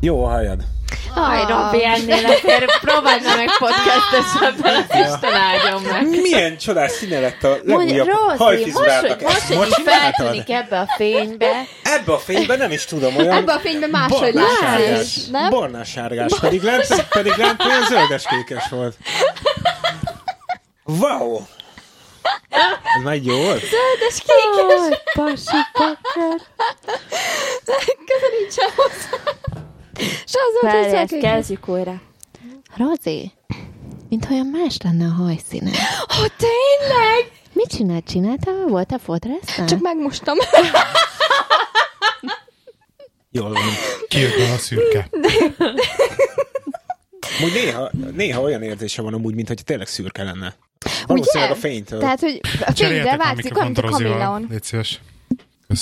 Jó a hajad. Aj, Robi, ennél azért próbáld meg podcastesebben az Isten áldjon meg. Milyen csodás színe lett a Mondj, legújabb Rozi, most, hogy, hajfizuráltak. most, hogy így csináltad? feltűnik e- ebbe a fénybe, Ebbe a fényben nem is tudom, olyan Ebben a fényben máshogy barnás-sárgás. látszik, nem? Barnás-sárgás. Pedig lent, pedig lent olyan zöldes-kékes volt. Wow! Ez már jó volt? Zöldes kékes, Jaj, pasi pakar. köze nincsen hozzá. Se az zöld, se a Várjál, kék. kezdjük újra. Rozi, mint olyan más lenne a hajszíne. Ó, tényleg? Mit csinált? Csináltál? Volt a fodrásznál? Csak megmostam. Jól van. Kijött már a szürke. Amúgy néha, néha olyan érzése van amúgy, mintha tényleg szürke lenne. Valószínűleg a fénytől. Tehát, hogy a fényre Cseréljetek már változik, olyan, mint mikrofont a kameleon. Rozival. Légy szíves.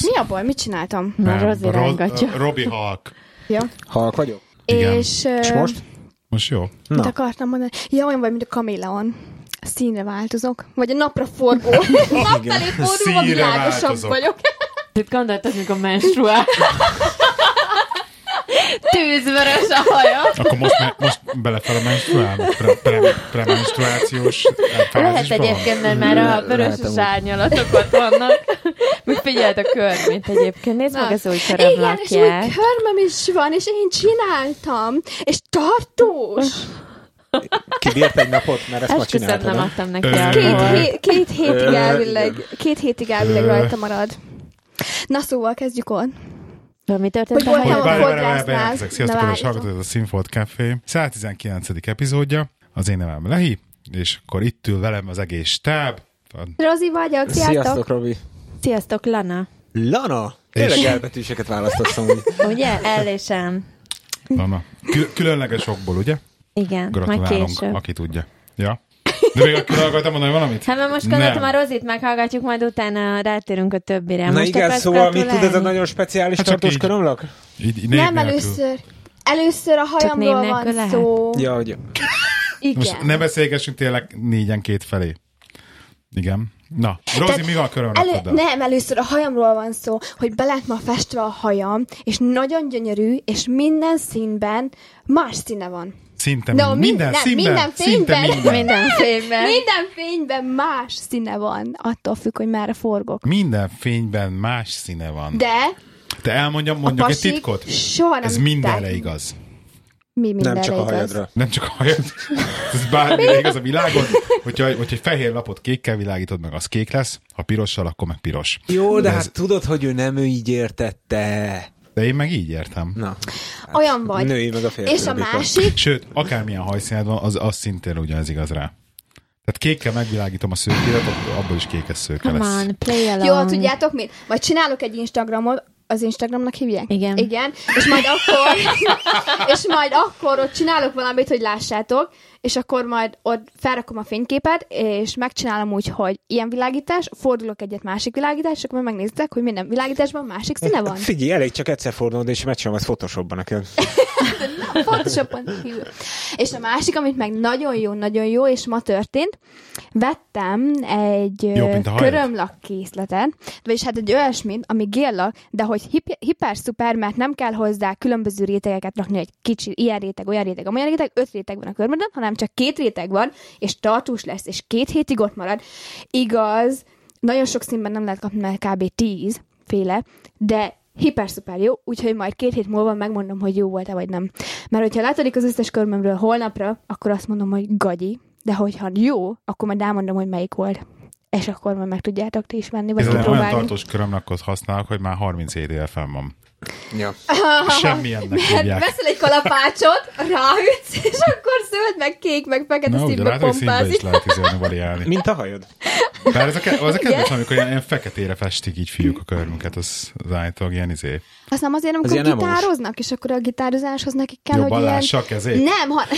Mi a baj? Mit csináltam? Na, Nem, Rozi Ro- rángatja. ö, Robi Halk. Ja. Halk vagyok. Igen. És, ö, És most? Most jó? Mit Na. akartam mondani? Ja, olyan vagy, mint a kameleon. Színre változok. Vagy a napra forgó. Nap felé fordulva Színre világosabb változok. vagyok. Mit gondoltad, mikor menstruál? Tűzvörös a haja. Akkor most, me- most belefele menstruál, pre- pre- premenstruációs eh, Lehet fázisba van? egyébként, mert már a Le- vörös lehet amúgy. árnyalatok ott vannak. Még figyeld a körmét egyébként. Nézd meg az új Igen, és új körömlakját. körmöm is van, és én csináltam. És tartós. Kibírt egy napot, mert ezt ma Esküszöm, csináltad. nem nem? adtam neki Ö, Két, alkoholt. hé- két hétig Ö, elvileg, két hétig elvileg Ö. rajta marad. Na szóval kezdjük on. De mi történt Hogy a voltam Hogy Nem, hajad? várj, a várj, várj, fodrásznál. várj, Na, Sziasztok, kedves várj. hallgatók, ez a Színfolt Café. 119. epizódja, az én nevem Lehi, és akkor itt ül velem az egész stáb. Rozi vagyok, sziasztok! Sziasztok, Robi. Sziasztok, Lana. Lana! Tényleg elbetűseket választottam, hogy Ugye? Ellésem. Lana. Kül- különleges okból, ugye? Igen, majd Gratulálunk, később. aki tudja. Ja? De még akkor akartam mondani valamit? Hát mert most gondoltam, a Rozit meghallgatjuk, majd utána rátérünk a többire. Na most igen, akarsz szóval mit tud ez a gratulálni? nagyon speciális Hát csak tartós így. körömlak? Így, így név Nem nélkül. először. Először a hajamról név van nélkül lehet? szó. Ja, hogy Igen. Most ne beszélgessünk tényleg négyen két felé. Igen. Na, Rozi, mi van körön Elő, Elő, nem, először a hajamról van szó, hogy be lett ma festve a hajam, és nagyon gyönyörű, és minden színben más színe van. Szinte No, minden, minden minden- színben, minden szinte fényben. minden. minden. Minden fényben. Minden fényben más színe van, attól függ, hogy merre forgok. Minden fényben más színe van. De, De Te elmondjam, a mondjak egy pasik titkot? soha nem Ez tudták. mindenre igaz. Mi mindenre nem csak a igaz? hajadra. Nem csak a hajad. Ez bármire igaz a világon. Hogyha, hogyha egy fehér lapot kékkel világítod meg, az kék lesz. Ha pirossal, akkor meg piros. Jó, de Ez- hát tudod, hogy ő nem ő így értette. De én meg így értem. Na. Olyan vagy. Hát, Női meg a férfi. És a Robika. másik, Sőt, akármilyen hajszíned van, az, az szintén ugyanez igaz rá. Tehát kékkel megvilágítom a szőkélet, akkor abból is kékes szőke Come lesz. on, play along. jól tudjátok mit? Majd csinálok egy Instagramot, az Instagramnak hívják? Igen. Igen, és majd akkor, és majd akkor ott csinálok valamit, hogy lássátok, és akkor majd ott felrakom a fényképet, és megcsinálom úgy, hogy ilyen világítás, fordulok egyet másik világítás, és akkor majd megnézitek, hogy minden világításban másik színe van. Figyelj, elég csak egyszer fordulod, és megcsinálom ezt Photoshopban neked. Photoshopon kívül. És a másik, amit meg nagyon jó, nagyon jó, és ma történt, vettem egy Jobb, mint a hajad? körömlak készletet, vagyis hát egy olyasmit, ami géllak, de hogy hip- hiper-szuper, mert nem kell hozzá különböző rétegeket rakni, egy kicsi, ilyen réteg, olyan réteg, amolyan réteg, öt réteg van a körmödön, hanem csak két réteg van, és tartós lesz, és két hétig ott marad. Igaz, nagyon sok színben nem lehet kapni, mert kb. 10 féle, de hiper-szuper jó, úgyhogy majd két hét múlva megmondom, hogy jó volt-e vagy nem. Mert hogyha látodik az összes körmömről holnapra, akkor azt mondom, hogy gagyi, de hogyha jó, akkor majd elmondom, hogy melyik volt. És akkor majd meg tudjátok ti is venni, vagy Ez olyan próbálni. tartós körömlakot használok, hogy már 37 éve fenn van. Ja. Hát Semmilyennek Mert hívják. Hát veszel egy kalapácsot, ráütsz, és akkor zöld, meg kék, meg fekete Na, ugye színbe látod, hogy színbe is pompázik. lehet izélni, variálni. Mint a hajod. Bár ez a, ke- az a kedvenc, amikor ilyen, ilyen feketére festik így fiúk a körmünket, az, az állítólag ilyen izé. Azt nem azért, amikor ilyen nem most. gitároznak, és akkor a gitározáshoz nekik kell, Jobban hogy ilyen... lássa a kezét? Nem, ha...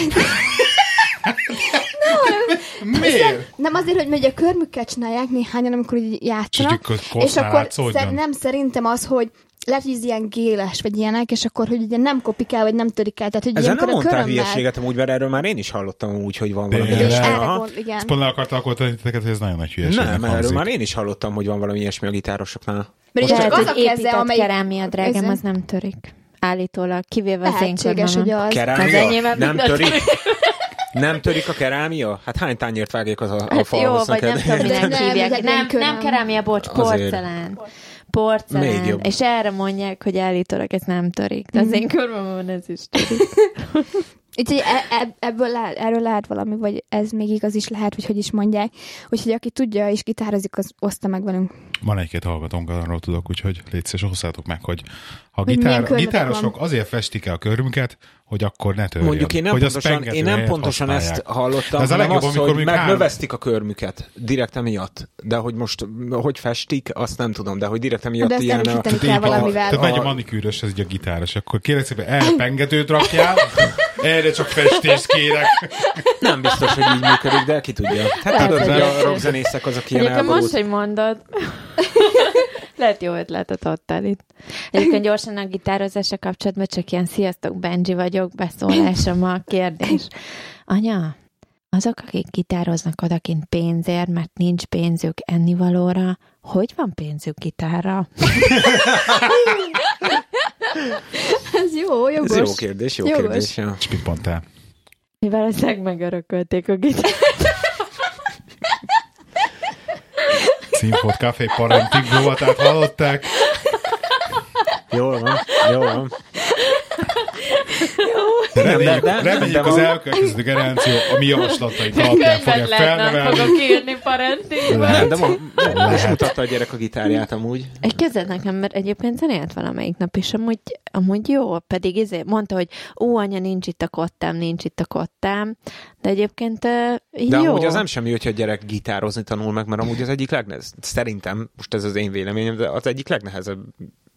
Miért? Nem azért, hogy megy a körmükkel csinálják néhányan, amikor így játszanak. És így kö- és kosznál akkor látszódjon. nem szerintem az, hogy lehet, hogy ez ilyen géles, vagy ilyenek, és akkor, hogy ugye nem kopik el, vagy nem törik el. Tehát, hogy Ezzel ilyenkor nem a mondtál körömmel... hülyeséget, amúgy, mert erről már én is hallottam úgy, hogy van valami Tényleg? És ilyesmi. Erre erre Aha. gond, igen. Ezt pont le akartam alkotni, titeket, hogy ez nagyon nagy hülyeségnek Nem, nem, erről hangzik. már én is hallottam, hogy van valami ilyesmi a gitárosoknál. Mert ugye Lehet, csak az a hogy keze, épített amelyik... kerámia, drágám, Ezen- az nem törik. Állítólag, kivéve az én Lehetséges, hogy körmömet. az. Az Kerámia? enyémem Nem mindent- törik? Nem törik a kerámia? Hát hány tányért vágják az a, a Hát jó, falhoz? vagy nem tudom, De minek nem, hívják. ugye Nem, nem nem köröm. kerámia, bocs, Azért. porcelán. Porcelán. Még jobb. És erre mondják, hogy állítólag ez nem törik. De az én körmömön ez is törik. Úgyhogy e- e- ebből lehet, erről lehet valami, vagy ez még igaz is lehet, vagy hogy is mondják. Úgyhogy aki tudja és gitározik, az oszta meg velünk. Van egy-két hallgatónk, arról tudok, úgyhogy légy szíves, hozzátok meg, hogy ha milyen gitár, körmetek gitárosok azért festik el a körmüket, hogy akkor ne törjön. Mondjuk én nem hogy az pontosan, pengető én nem helyett pontosan ezt használják. hallottam, Ez a hanem legjobb, az, amikor hogy mondjuk megnövesztik a körmüket, direkt emiatt. De hogy most m, hogy festik, azt nem tudom, de hogy direkt emiatt De ezt ilyen a... erősíteni Így kell van. valamivel. Tehát megy a A- manikűrös, ez egy a gitáros, akkor kérlek szépen elpengetőt rakjál, erre csak festést kérek. Nem biztos, hogy így működik, de ki tudja. Hát tudod, hogy hogy lehet. a rockzenészek azok ilyen Egyébként most, elborult. hogy mondod, lehet jó ötletet adtál itt. Egyébként gyorsan a gitározásra kapcsolatban csak ilyen sziasztok, Benji vagyok, beszólásom a kérdés. Anya, azok, akik gitároznak odakint pénzért, mert nincs pénzük ennivalóra, hogy van pénzük gitárra? Ez jó, jogos. Ez jó kérdés, jó Jogos. kérdés. ja. És mit mondtál? Mi valószínűleg megörökölték a gitárt. Színfot, kávé, parantik, blovatát hallották. Jól van, jól van. Reméljük, de- de- reméljük de az van. elkövetkező generáció a mi javaslataink alapján fogja felnevelni. írni parentékben. Nem, de van. Lehet. És mutatta a gyerek a gitárját amúgy. Egy kezdett nekem, mert egyébként zenélt valamelyik nap, és amúgy, amúgy jó, pedig izé, mondta, hogy ó, anya, nincs itt a kottám, nincs itt a kottám, de egyébként uh, De jó. amúgy az nem semmi, hogyha a gyerek gitározni tanul meg, mert amúgy az egyik legnehezebb, szerintem, most ez az én véleményem, de az egyik legnehezebb.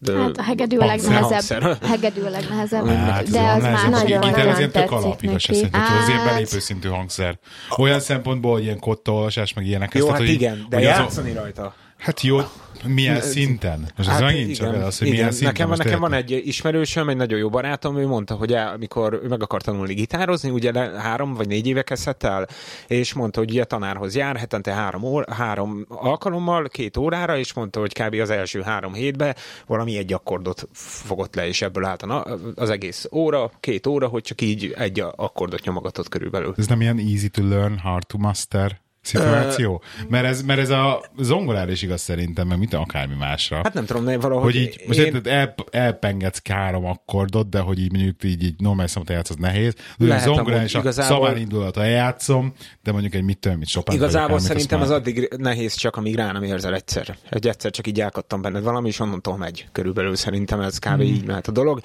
ö, Hát a hegedű a Hangszer, hangszer. legnehezebb. Hegedű a legnehezebb. Hát, De az már nagyon nagyon gitározni, ilyen tök tetszik alap, igaz, neki. szerintem, tudod, az ilyen Hát. belépő szintű hangszer. Olyan szempontból, hogy ilyen kottaolvasás, meg ilyenek. Jó, tehát, hát hogy- igen, de hogy az a- játszani rajta. Hát jó, milyen szinten? Most ez Hát megint csak az, hogy igen. milyen szinten. Nekem, most nekem van érted? egy ismerősöm, egy nagyon jó barátom, ő mondta, hogy el, amikor ő meg akar tanulni gitározni, ugye le, három vagy négy éve kezdett el, és mondta, hogy ugye tanárhoz jár hetente három, óra, három alkalommal, két órára, és mondta, hogy kb. az első három hétbe valami egy akkordot fogott le, és ebből állt a na- az egész óra, két óra, hogy csak így egy akkordot nyomogatott körülbelül. Ez nem ilyen easy to learn, hard to master szituáció? Mert ez, mert ez a zongorára is igaz szerintem, meg mint akármi másra. Hát nem tudom, ne, valahogy hogy így, most én- érted, el, elpengetsz három akkordot, de hogy így mondjuk így, így normális számot játsz, az nehéz. De Lehet, Lehet, zongorán amúgy is igazából... a igazából- szaván indulata eljátszom, de mondjuk egy mit tudom, mit Chopin vagy Igazából akármit, azt szerintem már- az addig nehéz csak, amíg rá nem érzel egyszer. Egy egyszer csak így elkattam benned valami, és onnantól megy. Körülbelül szerintem ez kb. Hmm. így mehet a dolog.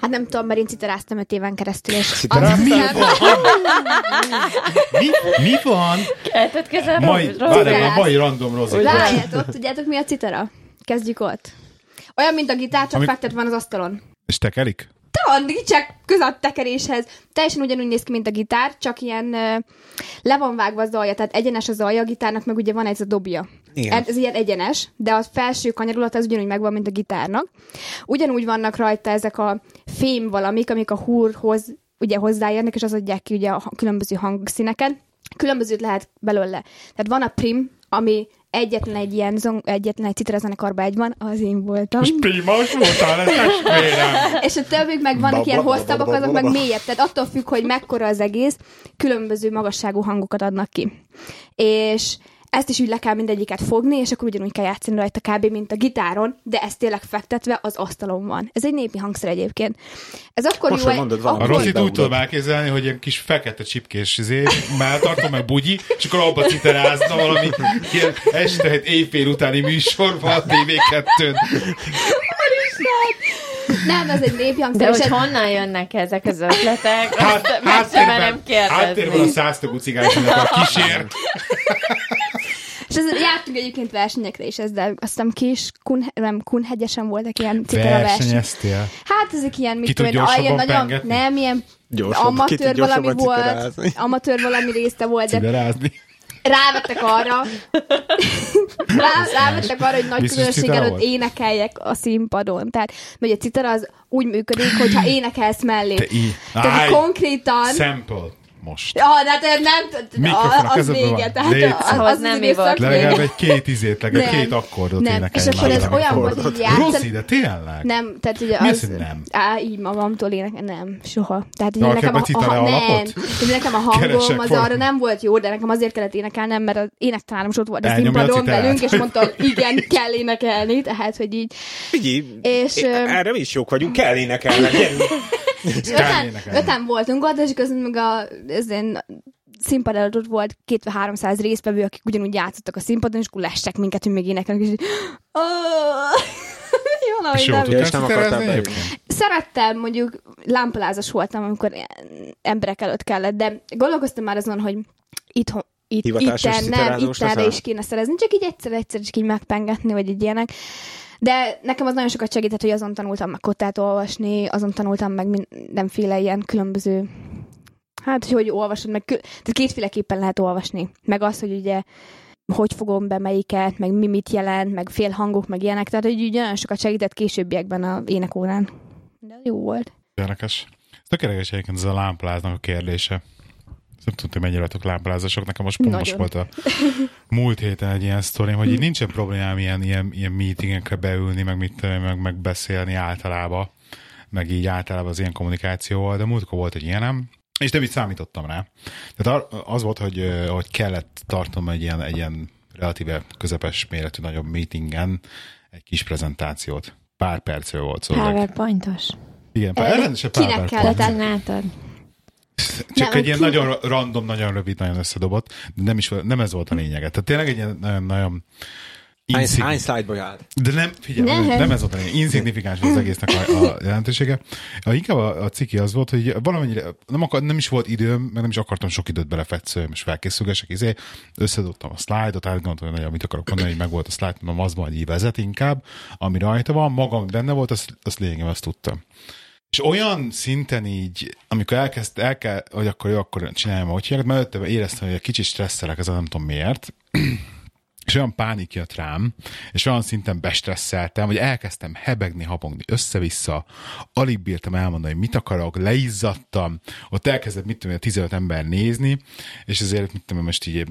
Hát nem tudom, mert én citeráztam öt éven keresztül, és Citeráztál? azt Mi hiszem- van? mi, mi van? Eltett kezel, Mai, várjál, a mai random rozik. Várjátok, tudjátok mi a citera? Kezdjük ott. Olyan, mint a gitár, csak Ami- fektet van az asztalon. És tekerik? Tudod, csak közel a tekeréshez. Teljesen ugyanúgy néz ki, mint a gitár, csak ilyen ö, le van vágva az alja, tehát egyenes az alja a gitárnak, meg ugye van ez a dobja. Igen. Ez, ez ilyen egyenes, de a felső kanyarulat az ugyanúgy megvan, mint a gitárnak. Ugyanúgy vannak rajta ezek a fém valamik, amik a húrhoz ugye hozzáérnek, és az adják ki ugye a ha- különböző hangszíneket. Különbözőt lehet belőle. Tehát van a prim, ami egyetlen egy ilyen zong, egyetlen egy citerazenekarban egy van, az én voltam. És primos voltál, ez testvérem! És a többik meg vannak ilyen hosszabbak, azok meg mélyebb. Tehát attól függ, hogy mekkora az egész, különböző magasságú hangokat adnak ki. És ezt is úgy le kell mindegyiket fogni, és akkor ugyanúgy kell játszani rajta kb. mint a gitáron, de ez tényleg fektetve az asztalon van. Ez egy népi hangszer egyébként. Ez akkor Most, jó... hogy mondod, valami. A akkor- Rosszit úgy beugrott. tudom elképzelni, hogy ilyen kis fekete csipkés izé, melltartom, meg bugyi, és akkor abba citerázna valami ilyen este egy éjfél utáni műsorban a TV2-n. Nem, ez egy népi hangszer. De és Szóval, hogy ez- honnan jönnek ezek az ötletek, Hát, azt meg sem háttérben, merem háttérben a kérdezni. száztogú cigányoknak a kísér. És ez, jártunk egyébként versenyekre is ezzel, azt hiszem kis, kun, nem, kunhegyesen voltak ilyen citera versenyek. Versenyeztél. Hát ezek ilyen, mit Ki tud tudom én, gyorsabban ilyen nagyon, pengetni? nem, ilyen Gyorsabb, ki tud amatőr gyorsabban valami volt, citerázni. amatőr valami része volt, de Ciderázni. rávettek arra, rá, rávettek arra, hogy nagy Biztos közönség citera előtt volt? énekeljek a színpadon. Tehát, mert a citara az úgy működik, hogyha énekelsz mellé. Te í- Tehát Állj! konkrétan Sample. most. Ja, de hát nem, t- Mikrofon a az kezedben vége. van. Tehát Légy az, szó. az, az Nem nem időszak ivott. De vége. legalább egy két izét, legalább Nem. két akkordot Nem. énekelj És akkor már ez valamikor. olyan volt, hogy így játszod- Rossz ide, tényleg? Nem, tehát ugye Mi az... az, hogy nem? Á, így magamtól ének, nem, soha. Tehát így Na, nekem a, akkor a, becita le a, a nem, lapot? így nekem a hangom Keresek az valami. arra nem volt jó, de nekem azért kellett énekelnem, mert az énektanárom is ott volt a Elnyomja a színpadon citát. velünk, és mondta, hogy igen, kell énekelni, tehát, hogy így. Figyelj, És, é- ö, erre mi is jók vagyunk, kell énekelni. gyerünk. És öten, énekelni. öten voltunk ott, és közben meg a ez én, színpad előtt ott volt két vagy 300 résztvevő, akik ugyanúgy játszottak a színpadon, és akkor lestek minket, hogy még énekelünk, és így... Jó, ahogy És jól nem tudtál tudtál nem akartál citerezni be. egyébként? szerettem, mondjuk lámpalázas voltam, amikor emberek előtt kellett, de gondolkoztam már azon, hogy itthon, itt, Hivatásos itten, nem, citerázós ittenre leszel? is kéne szerezni, csak így egyszer-egyszer csak így megpengetni, vagy egy ilyenek. De nekem az nagyon sokat segített, hogy azon tanultam meg kottát olvasni, azon tanultam meg mindenféle ilyen különböző Hát, hogy hogy olvasod, meg kül... tehát kétféleképpen lehet olvasni. Meg az, hogy ugye hogy fogom be melyiket, meg mi mit jelent, meg félhangok, meg ilyenek. Tehát, hogy ugye nagyon sokat segített későbbiekben a énekórán. De jó volt. Érdekes. Ez tök érdekes egyébként ez a lámpláznak a kérdése. Ezt Nem tudtam, mennyire vagytok lámplázasok. Nekem most pont most Nagyon. volt a múlt héten egy ilyen sztorim, hogy így nincsen problémám ilyen, ilyen, ilyen meetingekre beülni, meg, mit, tudom én, meg, meg beszélni általában, meg így általában az ilyen kommunikációval, de múltkor volt egy ilyenem, és nem így számítottam rá. Tehát ar- az volt, hogy, ö, hogy kellett tartom egy ilyen, egy ilyen relatíve közepes méretű nagyobb meetingen egy kis prezentációt. Pár percről volt szó. PowerPointos. Igen, pár, Elég- ellenesen pár kinek perc kellett volt. Te csináltad? Csak Nem, egy ilyen ki- nagyon ra- random, nagyon rövid, nagyon összedobott, de nem, is, nem ez volt a lényege. Tehát tényleg egy ilyen nagyon, nagyon Hány, inszig- hány szlájdból állt? de nem, figyelj, nem. Nem. nem ez volt a lényeg. Insignifikáns volt az egésznek a, a jelentősége. A, inkább a, a ciki az volt, hogy valamennyire nem, akar, nem is volt időm, meg nem is akartam sok időt belefetszölni, és felkészülgesek, izé, összedobtam a szlájdot, átgondoltam, hogy nagyon mit akarok mondani, hogy meg volt a szlájd, mondom, az majd így vezet inkább, ami rajta van, magam benne volt, azt, azt lényegem, azt tudtam. És olyan szinten így, amikor elkezd, el kell, hogy akkor jó, akkor csináljam, ahogy hívják, mert előtte éreztem, hogy egy kicsit stresszelek, ezen nem tudom miért, és olyan pánik jött rám, és olyan szinten bestresszeltem, hogy elkezdtem hebegni, habogni össze-vissza, alig bírtam elmondani, hogy mit akarok, leizzadtam, ott elkezdett, mit tudom én, 15 ember nézni, és ezért, mit tudom én, most így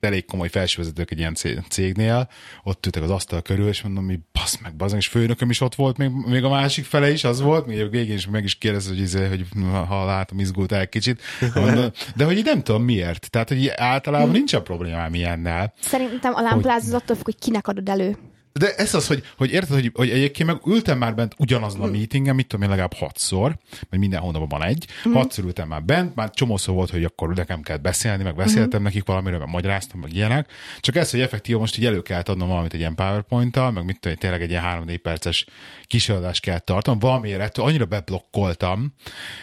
elég komoly felsővezetők egy ilyen cé- cégnél, ott ültek az asztal körül, és mondom, hogy basz meg, basz meg, és főnököm is ott volt, még, még a másik fele is az volt, még a végén is meg is kérdezte, hogy, izé, hogy ha látom, izgult el kicsit, mondom, de hogy így nem tudom miért, tehát hogy így általában nincs a problémám ilyennel, Szerintem a lámpaláz az attól függ, hogy kinek adod elő. de ez az, hogy, hogy érted, hogy, hogy egyébként meg ültem már bent ugyanazon a Hm. meetingen, mit tudom én, legalább hatszor, mert minden hónapban van egy, Hm. hatszor ültem már bent, már csomószor volt, hogy akkor nekem kell beszélni, meg beszéltem Hm. nekik valamiről, meg magyaráztam, meg ilyenek. Csak ez, hogy effektív most így elő kell adnom valamit egy ilyen PowerPoint-tal, meg mit tudom én, tényleg egy ilyen 3-4 perces kisadást kell tartanom, valamiért ettől annyira beblokkoltam,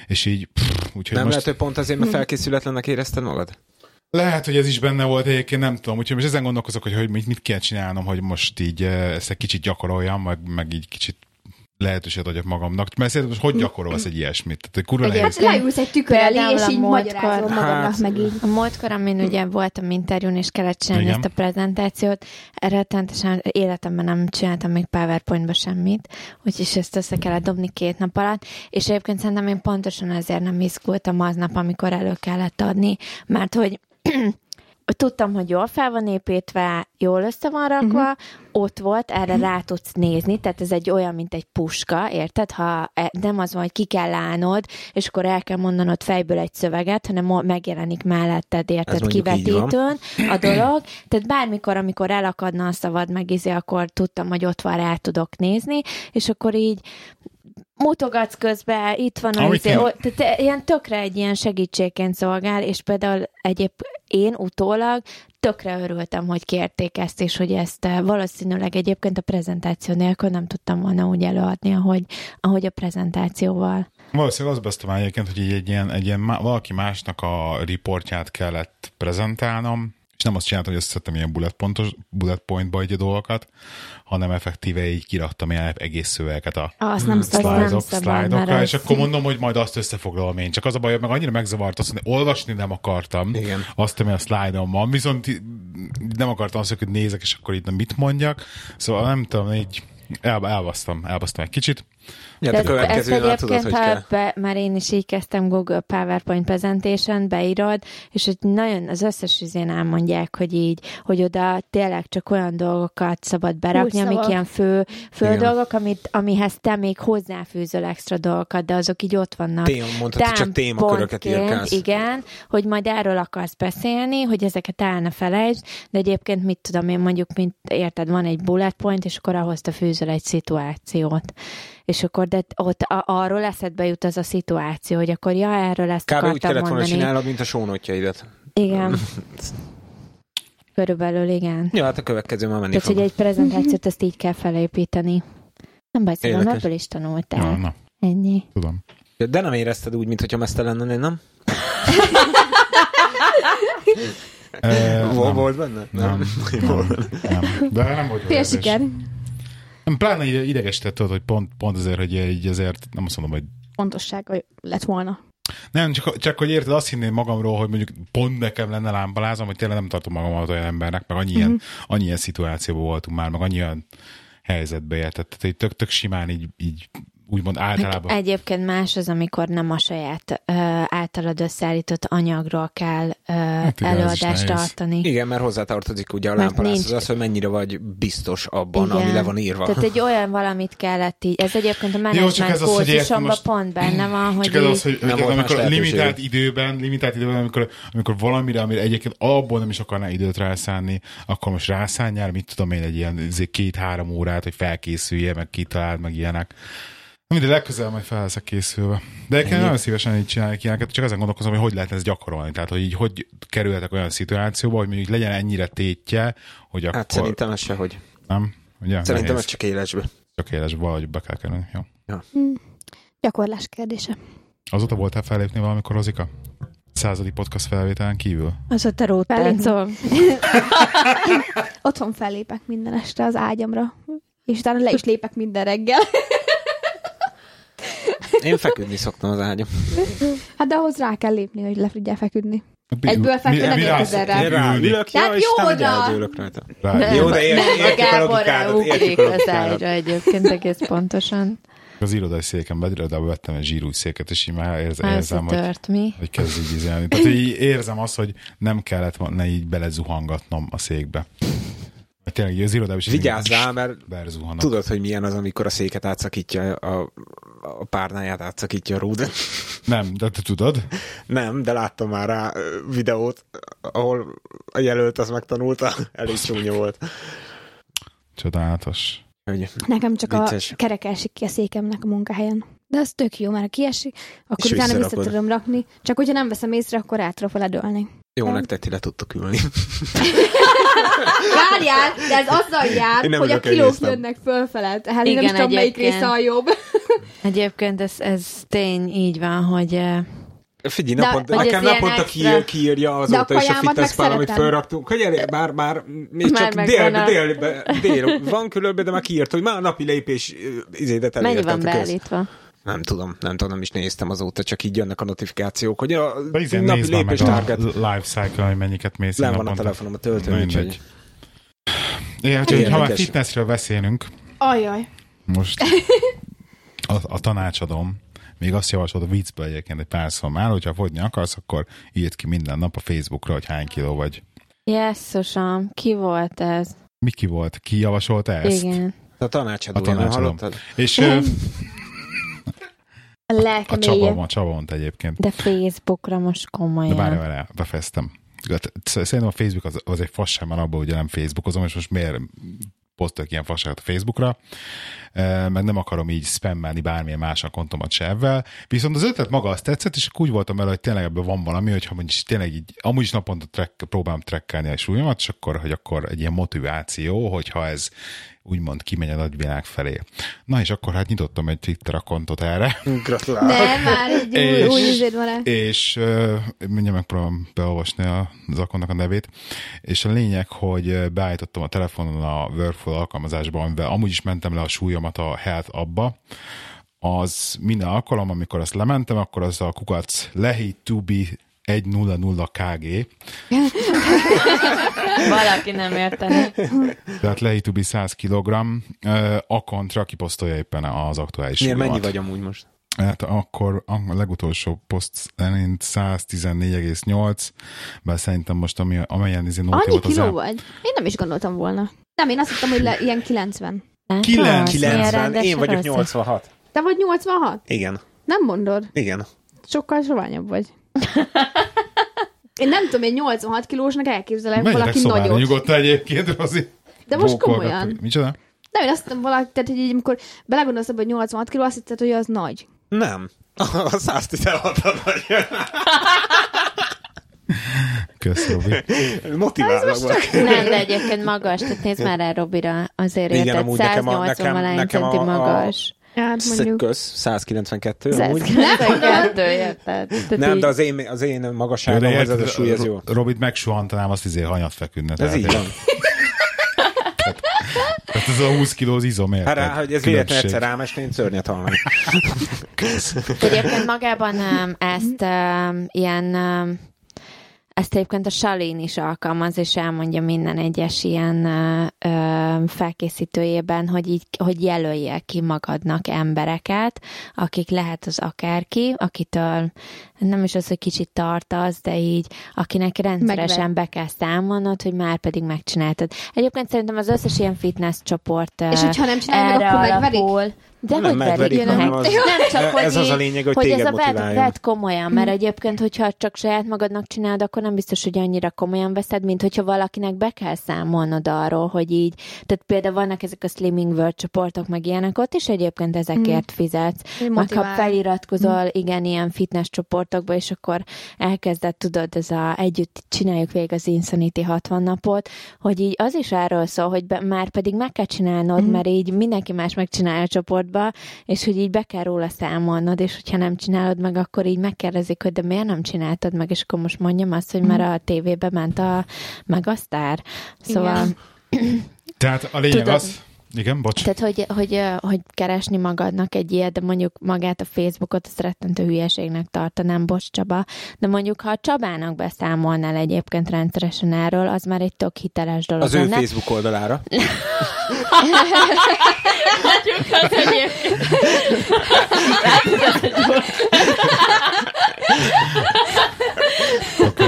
és így, pff, úgyhogy Nem most... lehet, hogy pont azért, Hmm. mert felkészületlennek érezted magad? Lehet, hogy ez is benne volt egyébként, nem tudom. Úgyhogy most ezen gondolkozok, hogy, hogy mit, mit kell csinálnom, hogy most így eh, ezt egy kicsit gyakoroljam, meg, meg így kicsit lehetőséget adjak magamnak. Mert szerintem most hogy gyakorolsz egy ilyesmit? Tehát hogy kurva Egyébként- nehéz. Hát leülsz egy tükör elé, Például és a így múltkor. magyarázol magadnak, Hát, meg így. A múltkor, amin ugye voltam interjún, és kellett csinálni Igen. Igen. ezt a prezentációt, rettentesen életemben nem csináltam még PowerPoint-ba semmit, úgyis ezt össze kellett dobni két nap alatt, és egyébként szerintem én pontosan ezért nem izgultam aznap, amikor elő kellett adni, mert hogy tudtam, hogy jól fel van építve, jól össze van rakva, Mhm. uh-huh. ott volt, erre uh-huh. rá tudsz nézni, tehát ez egy olyan, mint egy puska, érted? Ha e- nem az van, hogy ki kell állnod, és akkor el kell mondanod fejből egy szöveget, hanem mo- megjelenik melletted, érted, mondjuk így van. kivetítőn a dolog, tehát bármikor, amikor elakadna a szavad meg izé, akkor tudtam, hogy ott van, rá tudok nézni, és akkor így mutogatsz közben, itt van a Amit izé, én- o- tehát ilyen tökre egy ilyen segítségként szolgál, és például egyéb én utólag tökre örültem, hogy kérték ezt, és hogy ezt eh, valószínűleg egyébként a prezentáció nélkül nem tudtam volna úgy előadni, ahogy, ahogy a prezentációval. Valószínűleg az beszéltem egyébként, hogy így egy ilyen, egy ilyen má, valaki másnak a riportját kellett prezentálnom, és nem azt csináltam, hogy összeszedtem ilyen bullet, pontos, bullet pointba egy dolgokat, hanem effektíve így kiraktam ilyen egész szövegeket a Azt nem, azt nem Hmm, szlájdok, szabad, mert szlájdokra, ez- és akkor mondom, hogy majd azt összefoglalom én. Csak az a baj, hogy meg annyira megzavart azt, hogy olvasni nem akartam Igen. azt, ami a szlájdon van, viszont í- nem akartam azt, hogy nézek, és akkor itt mit mondjak. Szóval nem tudom, így el, elbasztam, elbasztam egy kicsit. Ja, De Hát a ezt, ezt következő egyébként, tudod, hogy kell. ha be, már én is így kezdtem Google PowerPoint presentation, beírod, és hogy nagyon az összes izén elmondják, hogy így, hogy oda tényleg csak olyan dolgokat szabad berakni, Kulcsszavak. amik ilyen fő, fő Igen. dolgok, amit, amihez te még hozzáfűzöl extra dolgokat, de azok így ott vannak. Téma, mondhatod, csak témaköröket támpontként, írkálsz. Igen, hogy majd erről akarsz beszélni, hogy ezeket el ne felejtsd, de egyébként mit tudom én, mondjuk, mint érted, van egy bullet point, és akkor ahhoz te fűzöl egy szituációt. És akkor de ott a, arról eszedbe jut az a szituáció, hogy akkor ja, erről ezt Kb. úgy akartam kellett volna mondani. csinálnod, mint a sónotjaidat. Igen. Körülbelül igen. Ja, hát a következő már menni Tehát, hogy fog. egy prezentációt ezt így kell felépíteni. Nem baj, szóval Érdekes. ebből is tanultál. Ja, na, Ennyi. tudom. De nem érezted úgy, mintha mesztelen lennél, nem? E, Vol- Volt benne? Nem. Nem. nem. De nem volt jó érzés. Félsiker. Nem, pláne ide- idegesített tudod, hogy pont, pont azért, hogy így azért, nem azt mondom, hogy Pontosság vagy- lett volna. nem, csak, csak hogy érted, azt hinném magamról, hogy mondjuk pont nekem lenne lámbalázom, hogy tényleg nem tartom magamat olyan embernek, meg annyi, mm-hmm. ilyen, annyi ilyen szituációban voltunk már, meg annyi olyan helyzetbe érted. Tehát így tök, tök simán így, így úgymond általában. Meg egyébként más az, amikor nem a saját ö, általad összeállított anyagról kell ö, Hát igen, az is előadást nehéz. tartani. Igen, mert hozzátartozik ugye a Mert lámpalászhoz nincs- az, hogy mennyire vagy biztos abban, ami le van írva. Tehát egy olyan valamit kellett így. Ez egyébként a Jó, csak management ez az, hogy értem, kurzusomban most- pont benne van, hogy Csak ez így- az, hogy, hogy Nem volt más amikor lehetőség. limitált időben, limitált időben, amikor, amikor valamire, amire egyébként abból nem is akarná időt rászánni, akkor most rászánjál, mit tudom én, egy ilyen izé, két-három órát, hogy felkészülje, meg kitaláld, meg ilyenek. Minden legközelebb majd fel leszek készülve. De egyébként nagyon szívesen így csinálják ilyeneket, csak ezen gondolkozom, hogy hogy lehetne ezt gyakorolni. Tehát, hogy így hogy kerülhetek olyan szituációba, hogy mondjuk legyen ennyire tétje, hogy akkor... Hát szerintem ez sehogy. Nem? Ugye? Szerintem ez Nehéz. csak élesbe. Csak éles, valahogy be kell kerülni. Jó. Hm. Gyakorlás kérdése. Azóta voltál fellépni valamikor, Rozika? Századik podcast felvételen kívül? Azóta rótáncol. Otthon fellépek minden este az ágyamra, és utána le is lépek minden reggel. Én feküdni szoktam az ágyam. Hát de ahhoz rá kell lépni, hogy le tudjál feküdni. Mi- Egyből fel- mi- nem mi érkezel rász- Én rá ülni? ülök, Hát ja, jó, Isten, hogy na. eldőlök rajta. Rá- Jó, de ér- Nem, értjük a Gábor logikádat, ráugrik értjük a az logikádat. ágyra egyébként egész pontosan. Az irodai széken belül, de vettem egy zsírúj széket, és így már érz, Már érzem, hogy, tört mi. hogy kezd így izelni. Tehát így érzem azt, hogy nem kellett volna így belezuhangatnom a székbe. Mert Tényleg így az irodában is így Vigyázzál, mert Berzuhanok. tudod, hogy milyen az, amikor a széket átszakítja, a, a párnáját átszakítja a rúd. Nem, de te tudod? Nem, de láttam már rá ö, videót, ahol a jelölt az megtanulta, elég csúnya volt. Csodálatos. Hogy- Nekem csak a Vicces. kerek esik ki a székemnek a munkahelyen. De az tök jó, mert ha kiesik, akkor És utána vissza visszarakod. tudom rakni. Csak hogyha nem veszem észre, akkor át tudok feledölni. Jó, Nem. nektek ti le tudtok ülni. Várjál, de ez azzal Én jár, nem hogy a ülök kilók egész nap. jönnek fölfele. Tehát én nem is Igen, tudom, melyik egyébként. része a jobb. Egyébként ez, ez tény így van, hogy eh, Figyelj, De- naponta, vagy ez nekem ilyen naponta extra. kiír, kiírja azóta is a kajámat meg fitness pál, amit szeretem. felraktunk, hogy elég, már, már, még Már csak megvan délbe, a- délbe, dél, van különben, de már kiírt, hogy már a napi lépés ö, izédet mennyi van elérted a közt. beállítva? Nem tudom, nem tudom, nem is néztem azóta, csak így jönnek a notifikációk, hogy a De izé, napi nézd már meg lépés a target. life cycle, hogy mennyiket mész. Nem van a naponta. telefonom a töltőn, Mindegy. úgyhogy Igen, csak ha már Érdekes. fitnessről beszélünk, Ajaj. most a, a tanácsadom, még azt javaslod a viccből egyébként egy pár szó már, hogyha fogyni akarsz, akkor írd ki minden nap a Facebookra, hogy hány kiló vagy. Jesszusom, ki volt ez? Miki volt, ki javasolta ezt? Igen. a tanácsadó, A nem tanácsadom. hallottad? És ö, A a lelkem Csaba, élje. van- Csaba mondta egyébként. De Facebookra most De komolyan. várj, várj, befejeztem. Hát Szerintem a Facebook az, az egy fasság, mert abból ugye nem Facebookozom, és most miért posztok ilyen fasságot a Facebookra, E, meg nem akarom így spammelni bármilyen más a kontomat se ebben. Viszont az ötlet maga azt tetszett, és akkor úgy voltam vele, hogy tényleg ebben van valami, hogyha mondjuk tényleg így, amúgy is naponta track, próbálom trekkelni a súlyomat, és akkor, hogy akkor egy ilyen motiváció, hogyha ez úgymond kimegy a nagyvilág felé. Na és akkor hát nyitottam egy Twitter akkontot erre, Gratulálok. Nem, már egy új, És- új izéd van el. és ö, mindjárt megpróbálom beolvasni a- az akkonnak a nevét, és a lényeg, hogy ö, beállítottam a telefonon a Workflow alkalmazásba, amivel amúgy is mentem le a súlyomat a Health abba, az minden alkalom, amikor azt lementem, akkor az a kukac lehi to be 1.00 kg, Valaki nem érteni. tehát lehitubi 100 kg, ö, a kontra kiposztolja éppen az aktuális Miért mennyi súlyomat. vagy amúgy most? Hát akkor a legutolsó poszt szerint 114,8, bár szerintem most ami, amelyen izé Nóti Annyi volt az kiló el... vagy? Én nem is gondoltam volna. Nem, én azt hittem, hogy le, ilyen 90. Látod? Kilenc- Milyen 90, rendes én vagyok rossz. 86. Te vagy 86? Igen, Nem mondod. igen. Sokkal soványabb vagy. Én nem tudom, én 86 kilósnak elképzelek Menjetek valaki szobára nagyot. nyugodtan egyébként, Rozi. De most Bókolgatok. komolyan. Micsoda? Nem, én azt hittem valaki, tehát hogy így, amikor belegondolsz abba, hogy 86 kiló, azt hitted, hogy az nagy. Nem. A 116 vagy. Kösz, Robi. Motiválok. vagy. Nem, de egyébként magas, tehát nézd már el Robira, azért Igen, érted, amúgy nekem a- 180 nekem- valány nekem a- centi a- magas. Hát mondjuk. Kösz, 192 amúgy. 192, érted? Tehát Nem, így- de az én, az én Jó, de hát magasságomhoz ez érted, a súly, ez jó. Ro- Robit megsuhantanám, azt izé hanyat feküdne. Ez tehát- így van. Tehát ez a 20 kiló az izom, érted? Hát, hogy ez véletlen Különbség. egyszer rámesni, én szörnyet hallanám. Egyébként magában um, ezt um, ilyen um, ezt egyébként a Salin is alkalmaz, és elmondja minden egyes ilyen ö, ö, felkészítőjében, hogy, így, hogy jelöljél ki magadnak embereket, akik lehet az akárki, akitől nem is az, hogy kicsit tartasz, de így, akinek rendszeresen be kell számolnod, hogy már pedig megcsináltad. Egyébként szerintem az összes ilyen fitness csoport És hogyha nem csinálod, erre akkor megverik? alapul. De Nem hogy megverik, verik hanem meg. az- e, Nem csak, hogy ez az a így- lényeg, hogy hogy ez téged a vedd, motiváljon. vedd komolyan, mert egyébként, hogyha csak saját magadnak csinálod, akkor nem biztos, hogy annyira komolyan veszed, mint hogyha valakinek be kell számolnod arról, hogy így, tehát például vannak ezek a Slimming World csoportok, meg ilyenek, ott is egyébként ezekért fizetsz. Hogy Meg ha motivál. Hm? feliratkozol, igen, ilyen fitness csoportokba, és akkor elkezded, tudod, ez a együtt csináljuk végig az Insanity 60 napot, hogy így az is erről szól, hogy be, már pedig meg kell csinálnod, Hm. mert így mindenki más megcsinálja a csoportba, és hogy így be kell róla számolnod, és hogyha nem csinálod meg, akkor így megkérdezik, hogy de miért nem csináltad meg, és akkor most mondjam azt, Hm. hogy már a tévébe ment a megasztár. Szóval... Igen. Tehát a lényeg Tudod. az... Igen, bocs. Tehát, hogy, hogy, ö, hogy keresni magadnak egy ilyet, de mondjuk magát a Facebookot, azt rettentő hülyeségnek tartanám, bocs Csaba, de mondjuk, ha a Csabának beszámolnál egyébként rendszeresen erről, az már egy tök hiteles dolog Az ő lenne. Facebook oldalára. Hm. Okay.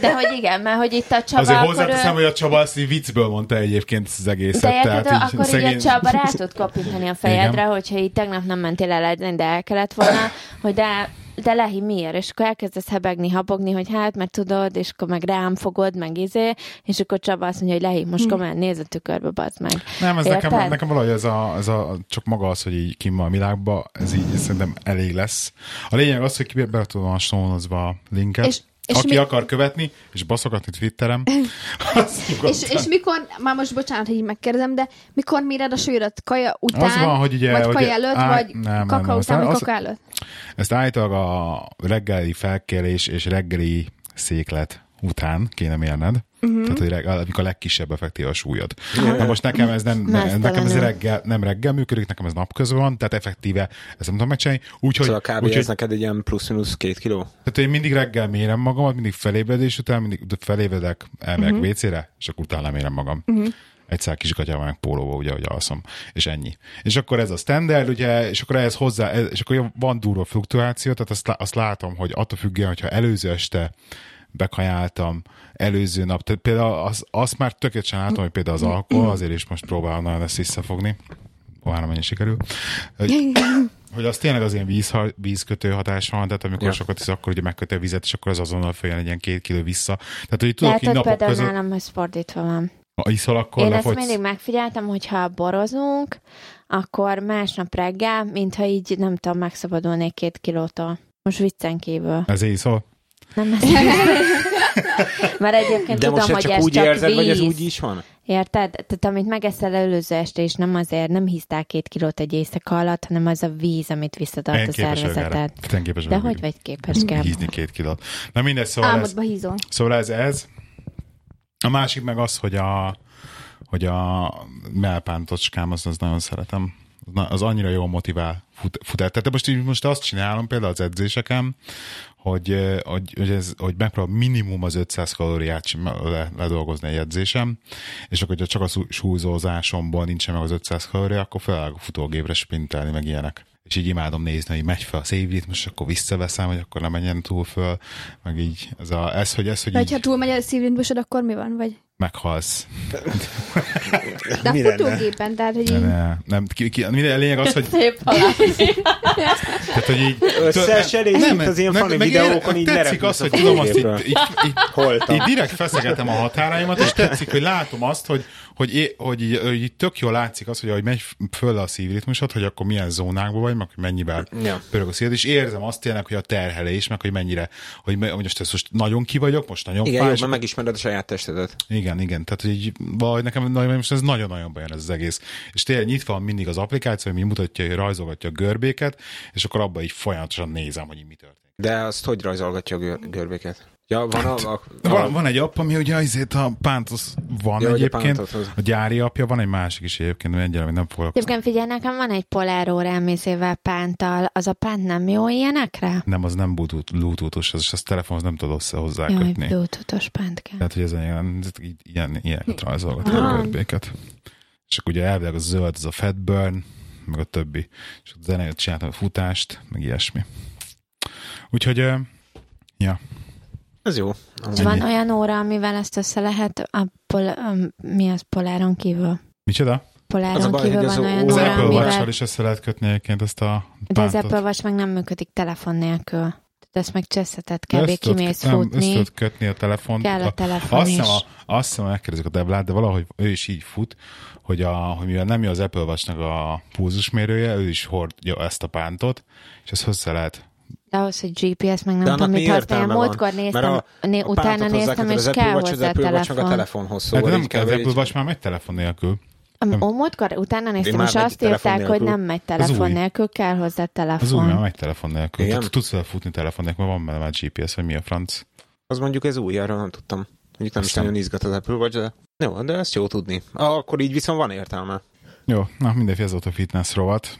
De hogy igen, mert hogy itt a Csaba Azért akkor ő- hozzáteszem, hogy a Csaba azt így viccből mondta egyébként ezt az egészet. De érted, tehát akkor így a Csaba rá tud kapintani a fejedre, Igen. hogyha így tegnap nem mentél el edzeni, de el kellett volna, hogy de de lehi miért? És akkor elkezdesz hebegni, habogni, hogy hát, mert tudod, és akkor meg rám fogod, meg izé, és akkor Csaba azt mondja, hogy lehi, most komolyan nézz a tükörbe, bazd meg. Hm. Nem, ez Érted? nekem, nekem valahogy ez a, ez a, csak maga az, hogy így kim van a világba, ez így szerintem elég lesz. A lényeg az, hogy ki be tudom a stónozba a linket. És- és És, és Aki mi- mi... akar követni, és baszogatni Twitterem, az És, és mikor, már most bocsánat, hogy így megkérdezem, de mikor méred a sűröt? Kaja után? Az van, hogy ugye- vagy hogy- kaja előtt, á, vagy nem, nem, kaka nem, után, aztán vagy az- kaka előtt? Ezt állítólag a reggeli felkérés és reggeli széklet után kéne mérned. Uh-huh. Tehát, hogy reggel, amikor a legkisebb effektív a súlyod. Na most nekem ez nem, ne, nekem ez Mesztelenül. reggel, nem reggel működik, nekem ez napközben van, tehát effektíve ezt nem tudom megcsinálni. Úgyhogy, Szóval kb. úgyhogy ez neked egy ilyen plusz-minusz két kiló. tehát én mindig reggel mérem magamat, mindig felébredés után, mindig felébredek, elmegyek uh-huh. WC-re, és akkor utána mérem magam. Uh-huh. Egyszer kis gatyával, meg pólóba, ugye, hogy alszom. És ennyi. És akkor ez a standard, ugye, és akkor ehhez hozzá, ez- és akkor van durva fluktuáció, tehát azt, lá- azt látom, hogy attól függően, hogyha előző este bekajáltam előző nap. Tehát például az, azt már tökéletesen látom, hogy például az alkohol, azért is most próbálom nagyon ezt visszafogni. Várom, mennyi sikerül. Hogy, hogy az tényleg az ilyen víz, vízkötő hatás van, tehát amikor Ja. ja. sokat is, akkor ugye megköti a vizet, és akkor az azonnal följön egy ilyen két kiló vissza. Tehát, hogy tudok így Látod, napok például között, nálam ez fordítva van. ha iszol, akkor Én ezt lefogysz. mindig megfigyeltem, hogyha borozunk, akkor másnap reggel, mintha így, nem tudom, megszabadulnék két kilótól. Most viccen kívül. Ez szóval iszol? Nem ez. Mert egyébként De tudom, most ezt csak hogy ez úgy csak érzed, víz. vagy ez úgy is van? Érted? Tehát amit megeszel előző este, és nem azért, nem hisztál két kilót egy éjszaka alatt, hanem az a víz, amit visszatart Én a képes vagyok erre. szervezeted. Én képes De vagyok hogy vagy képes, Gábor? hízni két kilót. Na mindegy, szóval ez, Álmodba hízol. Szóval ez ez. A másik meg az, hogy a hogy a melpántocskám, azt, azt nagyon szeretem. Na, az annyira jól motivál fut, futát. Tehát most, így- most azt csinálom például az edzéseken, hogy, eh, hogy, hogy, ez, hogy megpróbálom minimum az 500 kalóriát sim- le, ledolgozni egy edzésem, és akkor, hogyha csak a szú- súlyzózásomból nincsen meg az 500 kalória, akkor felállok a futógépre spintelni, meg ilyenek. És így imádom nézni, hogy megy fel a szévrit, most akkor visszaveszem, hogy akkor nem menjen túl föl, meg így ez, a, ez hogy ez, hogy De így hogyha túlmegy a szívritmusod, akkor mi van? Vagy? meghalsz. De a Mi lenne? futógépen, tehát hogy így... Ne, nem, ki, ki, minden- a lényeg az, hogy, Szép halál. tehát, hogy így... Összeselésít az ilyen funny meg videókon, ér- így Tetszik lerepülsz az, a hogy tudom azt, így, futógépről. így, így, Holtam. így direkt feszegetem a határaimat, és tetszik, hogy látom azt, hogy, hogy, é, hogy így, hogy így tök jól látszik az, hogy ahogy megy föl a szívritmusod, hogy akkor milyen zónákban vagy, meg hogy mennyivel Ja. pörög a szíved, és érzem azt tényleg, hogy a terhelés, meg hogy mennyire, hogy me- hogy most, ezt most nagyon ki vagyok, most nagyon Igen, jó, fáj, mert és akkor- megismered a saját testedet. igen, igen. Tehát, hogy így, valahogy nekem nagyon- most ez nagyon-nagyon bejön ez az egész. És tényleg nyitva van mindig az applikáció, ami mutatja, hogy rajzolgatja a görbéket, és akkor abban így folyamatosan nézem, hogy így mi történik. De azt hogy rajzolgatja a gör- görbéket? Ja, van a... a, a Van, van egy app, ami ugye azért a Pántosz van Ja, ja, hogy a egyébként, a, Pántoshoz. a gyári appja, van egy másik is egyébként, mert egyelőre még nem foglalkozom. Egyébként figyelj, nekem van egy polárórám izével pántal. Az a pánt nem jó ilyenekre? Nem, az nem Bluetooth- bluetoothos, az, és azt telefonhoz nem tudod össze Jaj, hozzákötni. bluetoothos pánt kell. Tehát, hogy ez ilyen, így- ilyen, ilyeneket rajzolgatja a Aha. görbéket. És akkor ugye elvileg a zöld, az a fatburn, meg a többi. És a zenejött csináltam a futást, meg ilyesmi. Úgyhogy, ö, ja, Ez jó. És van Ennyi. olyan óra, amivel ezt össze lehet a pol, um, mi az poláron kívül? micsoda? Az a Poláron baj, kívül hogy az van olyan ó- Az Óra, óra, Apple watch amivel... is össze lehet kötni egyébként ezt a De az pántot. Apple Watch meg nem működik telefon nélkül. Tehát ezt meg cseszetet De kb. össze tudod- kimész nem, Össze futni, tudod kötni a telefont. kell a A- telefon Azt is. hiszem, a, azt hiszem, megkérdezik a Deblát, de valahogy ő is így fut, hogy, a, hogy mivel nem jó az Apple watch a pulzusmérője, ő is hordja ezt a pántot, és ezt hozzá lehet. De ahhoz, hogy GPS meg De nem annak tudom, mi mit használ. értelme van? Múltkor néztem, Mert né, utána néztem, és kell az hozzá Apple Watch meg a telefon. telefonhoz. Szóval Szóval hát nem így kell, az Apple így- Watch már megy telefon nélkül. Am- Ó, múltkor utána néztem, már és megy azt telefon írták, hogy nélkül. nem megy új. telefon nélkül, kell hozzá Az új, már telefon. megy telefon nélkül. Igen? Tehát tudsz vele futni telefon nélkül, mert van benne már GPS, vagy mi a franc. Az mondjuk ez új, arra nem tudtam. Mondjuk nem is Aztán- nagyon izgat az Apple Watch, de... Jó, de ezt jó tudni. Akkor így viszont van értelme. Jó, na mindenféle ez volt a fitness rovat.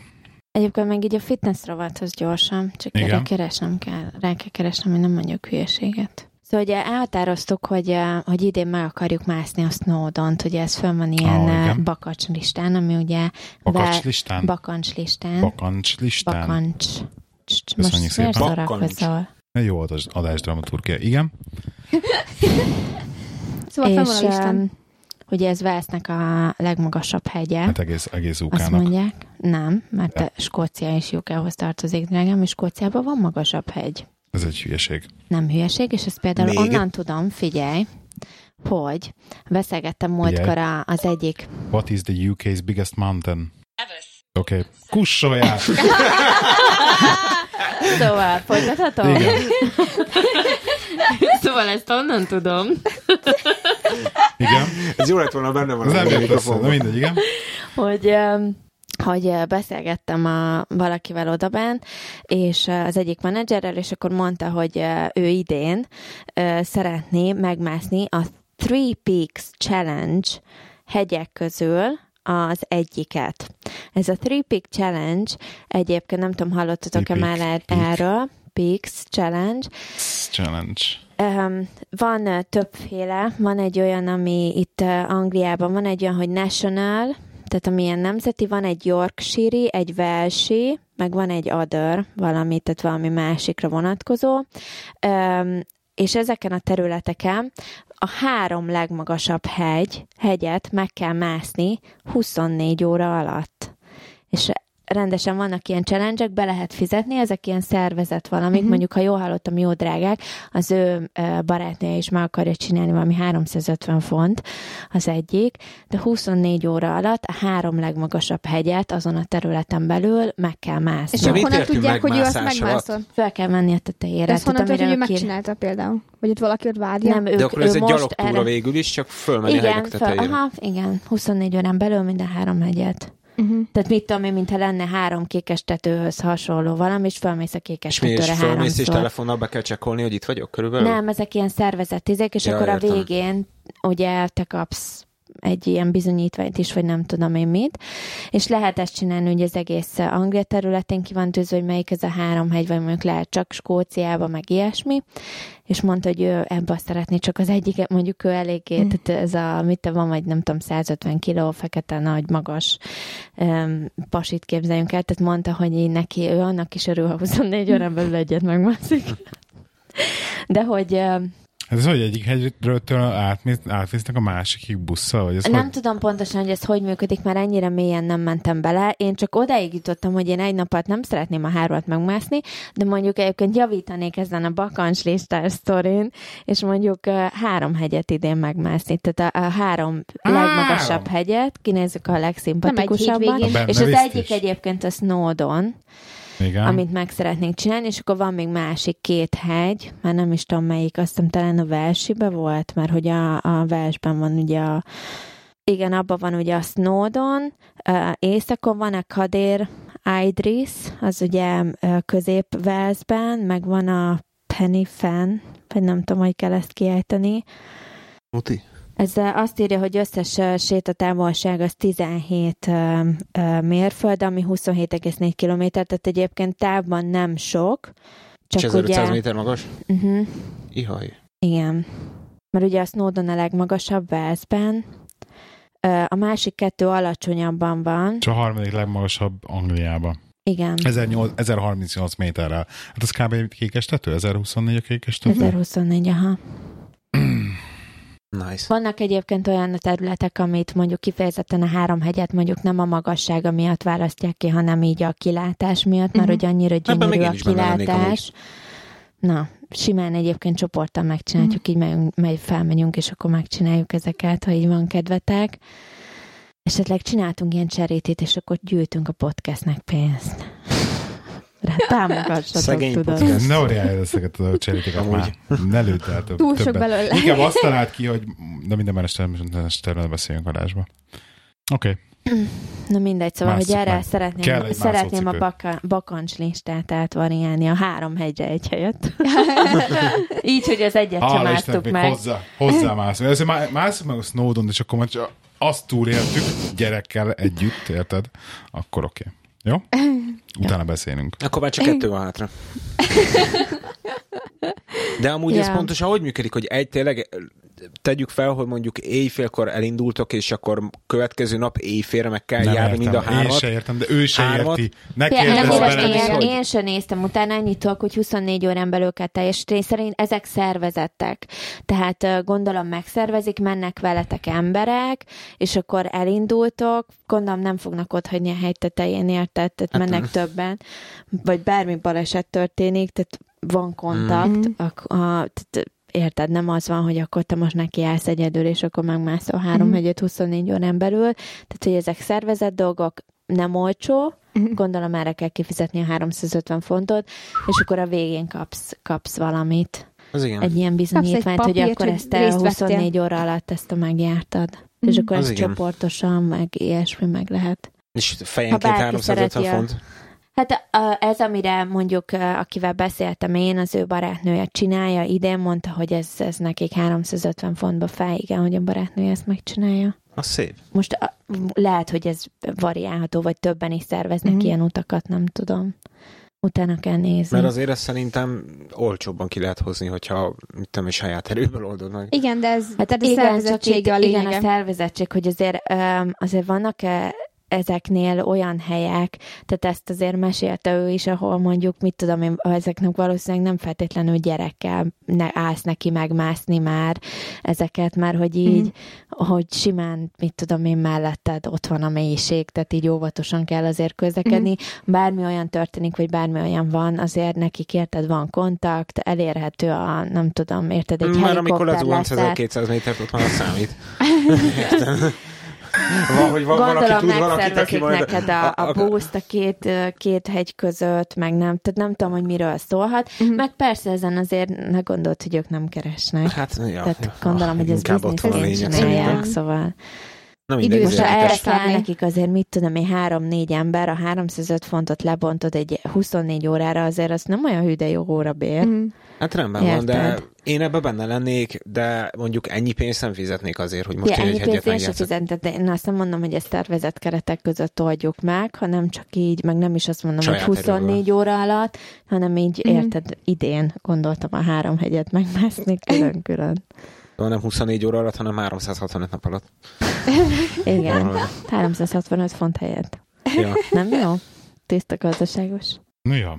Egyébként meg így a fitness rovathoz gyorsan, csak Igen. erre keresnem kell, rá kell keresnem, hogy nem mondjuk hülyeséget. Szóval ugye elhatároztuk, hogy, eh, hogy idén meg akarjuk mászni a Snowdont, ugye ez föl van ilyen Ó, eh, igen. bakacs listán, ami ugye Bakancs be- listán. bakancs listán. Bakancs listán. Bakancs. Cs, Köszönjük Most szépen. miért Bakancs. szórakozol? Jó volt az adás dramaturgia. Igen. Hm? Szóval fel van a És listán. um, ugye ez Velsznek a legmagasabb hegye. Hát egész, egész Azt ukának. mondják, nem, mert a Skócia is Jukához tartozik, drágám, és Skóciában van magasabb hegy. Ez egy hülyeség. Nem hülyeség, és ezt például Még? Még? onnan tudom, figyelj, hogy beszélgettem múltkor a, az egyik, What is the UK's biggest mountain? Oké. Okay. Kussoljál! szóval folytathatom? Igen. Szóval ezt onnan tudom, Igen. Ez jó lett volna, benne van Az nem a jött össze, de mikrofonban. mindegy, igen. hogy öm, hogy ö, beszélgettem a, valakivel odabent, és ö, az egyik menedzserrel, és akkor mondta, hogy ö, ő idén ö, szeretné megmászni a Three Peaks Challenge hegyek közül az egyiket. Ez a Three Peak Challenge, egyébként nem tudom, hallottatok-e Three már Peaks, er- Peaks. erről, Peaks Challenge, Challenge. Um, van uh, többféle, van egy olyan, ami itt uh, Angliában van, egy olyan, hogy national, tehát amilyen nemzeti, van egy Yorkshire, egy Welshi, meg van egy other, valami, tehát valami másikra vonatkozó. Um, és ezeken a területeken a három legmagasabb hegy, hegyet meg kell mászni 24 óra alatt. És rendesen vannak ilyen challenge be lehet fizetni, ezek ilyen szervezet valamik, Mhm. uh-huh. mondjuk ha jól hallottam, jó drágák, az ő ö, barátnője is meg akarja csinálni valami 350 font az egyik, de 24 óra alatt a három legmagasabb hegyet azon a területen belül meg kell mászni. És De akkor mit honnan értünk tudják, hogy ő azt megmászás alatt? megmászol? Fel kell menni a tetejére. Ezt honnan tehát tudod, hogy ő amiről ki- megcsinálta például? Vagy ott valaki ott vádja? Nem, ők, De akkor ez ő egy most gyalogtúra erre- végül is, csak fölmenni a igen, hegyek fel, tetejére. aha, igen, 24 órán belül minden három hegyet. Uh-huh. Tehát mit tudom én, mintha lenne három kékes tetőhöz hasonló valami, és fölmész a kékes És mi is tetőre fölmész, és háromszor. telefonnal be kell csekkolni, hogy itt vagyok körülbelül? Nem, ezek ilyen szervezetizék, és Ja, akkor a értem. végén ugye te kapsz egy ilyen bizonyítványt is, vagy nem tudom én mit. És lehet ezt csinálni, hogy az egész Anglia területén ki van tűzve, hogy melyik ez a három hegy, vagy mondjuk lehet csak Skóciába, meg ilyesmi. És mondta, hogy ő ebbe azt szeretné, csak az egyiket mondjuk ő eléggé, mm. tehát ez a, mit van, vagy nem tudom, 150 kiló, fekete, nagy, magas um, pasit képzeljünk el, tehát mondta, hogy így neki, ő annak is örül, ha 24 órán belül egyet megmászik. De hogy um, Hát ez hogy egyik hegyről átmész, átvésznek a másikig busszal? Vagy ez nem hogy... tudom pontosan, hogy ez hogy működik, mert ennyire mélyen nem mentem bele. Én csak odáig jutottam, hogy én egy napat nem szeretném a hármat megmászni, de mondjuk egyébként javítanék ezen a bakancs listás sztorin, és mondjuk ö, három hegyet idén megmászni. Tehát a, a három Három! legmagasabb hegyet, kinézzük a legszimpatikusabbat. hétvégén. A benne És az biztos. egyik egyébként a Snowdon, Igen. amit meg szeretnénk csinálni, és akkor van még másik két hegy, már nem is tudom melyik, azt hiszem talán a Velsibe volt, mert hogy a, a Velsben van ugye a igen, abban van ugye a Snowdon, ö, északon van a Kadir Idris, az ugye ö, közép Velszben, meg van a Penny Fan, vagy nem tudom, hogy kell ezt kiejteni. Muti. Ez ö, azt írja, hogy összes ö, sétatávolság az 17 ö, ö, mérföld, ami 27,4 km, tehát egyébként távban nem sok. Csak 1500 ugye... méter magas? Uh-huh, Ihaj. igen. Mert ugye a Snowdon a legmagasabb Velszben, Ö, a másik kettő alacsonyabban van. És a harmadik legmagasabb Angliában. Igen. 1008 1038 méterrel. Hát az kb. egy kékes tető? 1024 a kékes tető? 1024, aha. Nice. Vannak egyébként olyan területek, amit mondjuk kifejezetten a három hegyet mondjuk nem a magassága miatt választják ki, hanem így a kilátás miatt, mert Mhm. hogy annyira még gyönyörű én a is benne lennék kilátás. Na, simán egyébként csoporttal Mhm. megcsináljuk, így megyünk, megy, felmegyünk, és akkor megcsináljuk ezeket, ha így van kedvetek. Esetleg csináltunk ilyen cserétét, és akkor gyűjtünk a podcastnek pénzt. Rá támogassatok, Szegény tudod. podcast. Ne orjálj ezeket a cseréteket Amúgy. már. Ne lőd el több, Túl sok többet. belőle. Inkább azt talált ki, hogy de minden más területen beszéljünk adásba. Oké. Okay. Na mindegy, szóval, Másszuk hogy erre meg. Kell egy szeretném, mászó szeretném a cipő. baka, bakancs listát átvariálni a három hegyre egy helyet. Így, hogy az egyet sem Hála másztuk Istennek, meg. még hozzá, hozzá mászunk. Először má- mászunk meg a Snowdon, és akkor már csak azt túléltük gyerekkel együtt, érted? Akkor oké. Okay. Jó? Utána beszélünk. Akkor már csak kettő van hátra. De amúgy ez Ja. pontosan hogy működik, hogy egy tényleg tegyük fel, hogy mondjuk éjfélkor elindultok, és akkor következő nap éjfélre meg kell Nem járni mind a értem. Én hármat. se értem, de ő se Hármat. érti. Ne Például Kérdezz nem bele, olvastam, hogy én, hogy? én sem néztem utána, annyit tudok, hogy 24 órán belül kell teljesíteni. Szerint ezek szervezettek. Tehát ö, gondolom megszervezik, mennek veletek emberek, és akkor elindultok. Gondolom nem fognak ott hagyni a hegy tetején, érted? Tehát Hát mennek nem. többen. Vagy bármi baleset történik, tehát van kontakt. Mm. Mm. A, a, tehát érted, nem az van, hogy akkor te most neki állsz egyedül, és akkor megmászol három Mhm. mm. hegyet 24 órán belül. Tehát, hogy ezek szervezett dolgok, nem olcsó, gondolom erre kell kifizetni a 350 fontot, és akkor a végén kapsz, kapsz valamit. Az igen. Egy ilyen bizonyítványt, hogy papírt, akkor hogy ezt te részt 24 óra alatt ezt a megjártad. És Mm. akkor Az ezt igen. csoportosan, meg ilyesmi meg lehet. És Ha fejenként bárki 350 szereti a- font. Hát ö, ez, amire mondjuk, ö, akivel beszéltem én, az ő barátnője csinálja, idén mondta, hogy ez, ez nekik 350 fontba fel, igen, hogy a barátnője ezt megcsinálja. Az szép. Most a, lehet, hogy ez variálható, vagy többen is szerveznek Mhm. mm. ilyen utakat, nem tudom. Utána kell nézni. Mert azért ezt szerintem olcsóbban ki lehet hozni, hogyha mit tudom, és saját erőből oldod meg. Igen, de ez Hát hát tehát a igen, csak szervezettsége itt- a igen, a lényege. szervezettség, hogy azért, öm, azért vannak -e ezeknél olyan helyek, tehát ezt azért mesélte ő is, ahol mondjuk, mit tudom én, ezeknek valószínűleg nem feltétlenül gyerekkel ne, állsz neki megmászni már ezeket, már hogy így, Mhm. hogy simán, mit tudom én, melletted ott van a mélység, tehát így óvatosan kell azért közlekedni. Mhm. Bármi olyan történik, vagy bármi olyan van, azért nekik érted, van kontakt, elérhető a, nem tudom, érted, egy Már amikor helikopter lezuhansz leszállt. 1200 métert, ott már az számít. Értem? Van, hogy van valaki tud valakit, aki megszervezik majd... neked a, a, a búzt a két, ö, két hegy között, meg nem, tehát nem tudom, hogy miről szólhat. Mhm. Meg persze ezen azért ne gondolt, hogy ők nem keresnek. Hát, ja. Tehát gondolom, hogy ez Inkább ott van a bizniszként lényeg csinálják. szerintem. csinálják, szóval Na mindegy. Most ha zénites. erre Elszállni. kell nekik azért, mit tudom én, három-négy ember, a 305 fontot lebontod egy 24 órára, azért az nem olyan hű, de jó óra bér. Mm. Hát rendben van, de Érted. én ebbe benne lennék, de mondjuk ennyi pénzt nem fizetnék azért, hogy most Most én ja, egy ennyi hegyet pénzt én sem megjátszok. fizetek, de én azt nem mondom, hogy ezt tervezett keretek között oldjuk meg, hanem csak így, meg nem is azt mondom, Saját hogy 24 erőből. óra alatt, hanem így, Mhm. érted, idén gondoltam a három hegyet megmászni külön-külön. Szóval nem 24 óra alatt, hanem 365 nap alatt. Igen, Valami. 365 font helyett. Ja. Nem jó? Tiszta gazdaságos. No, jó.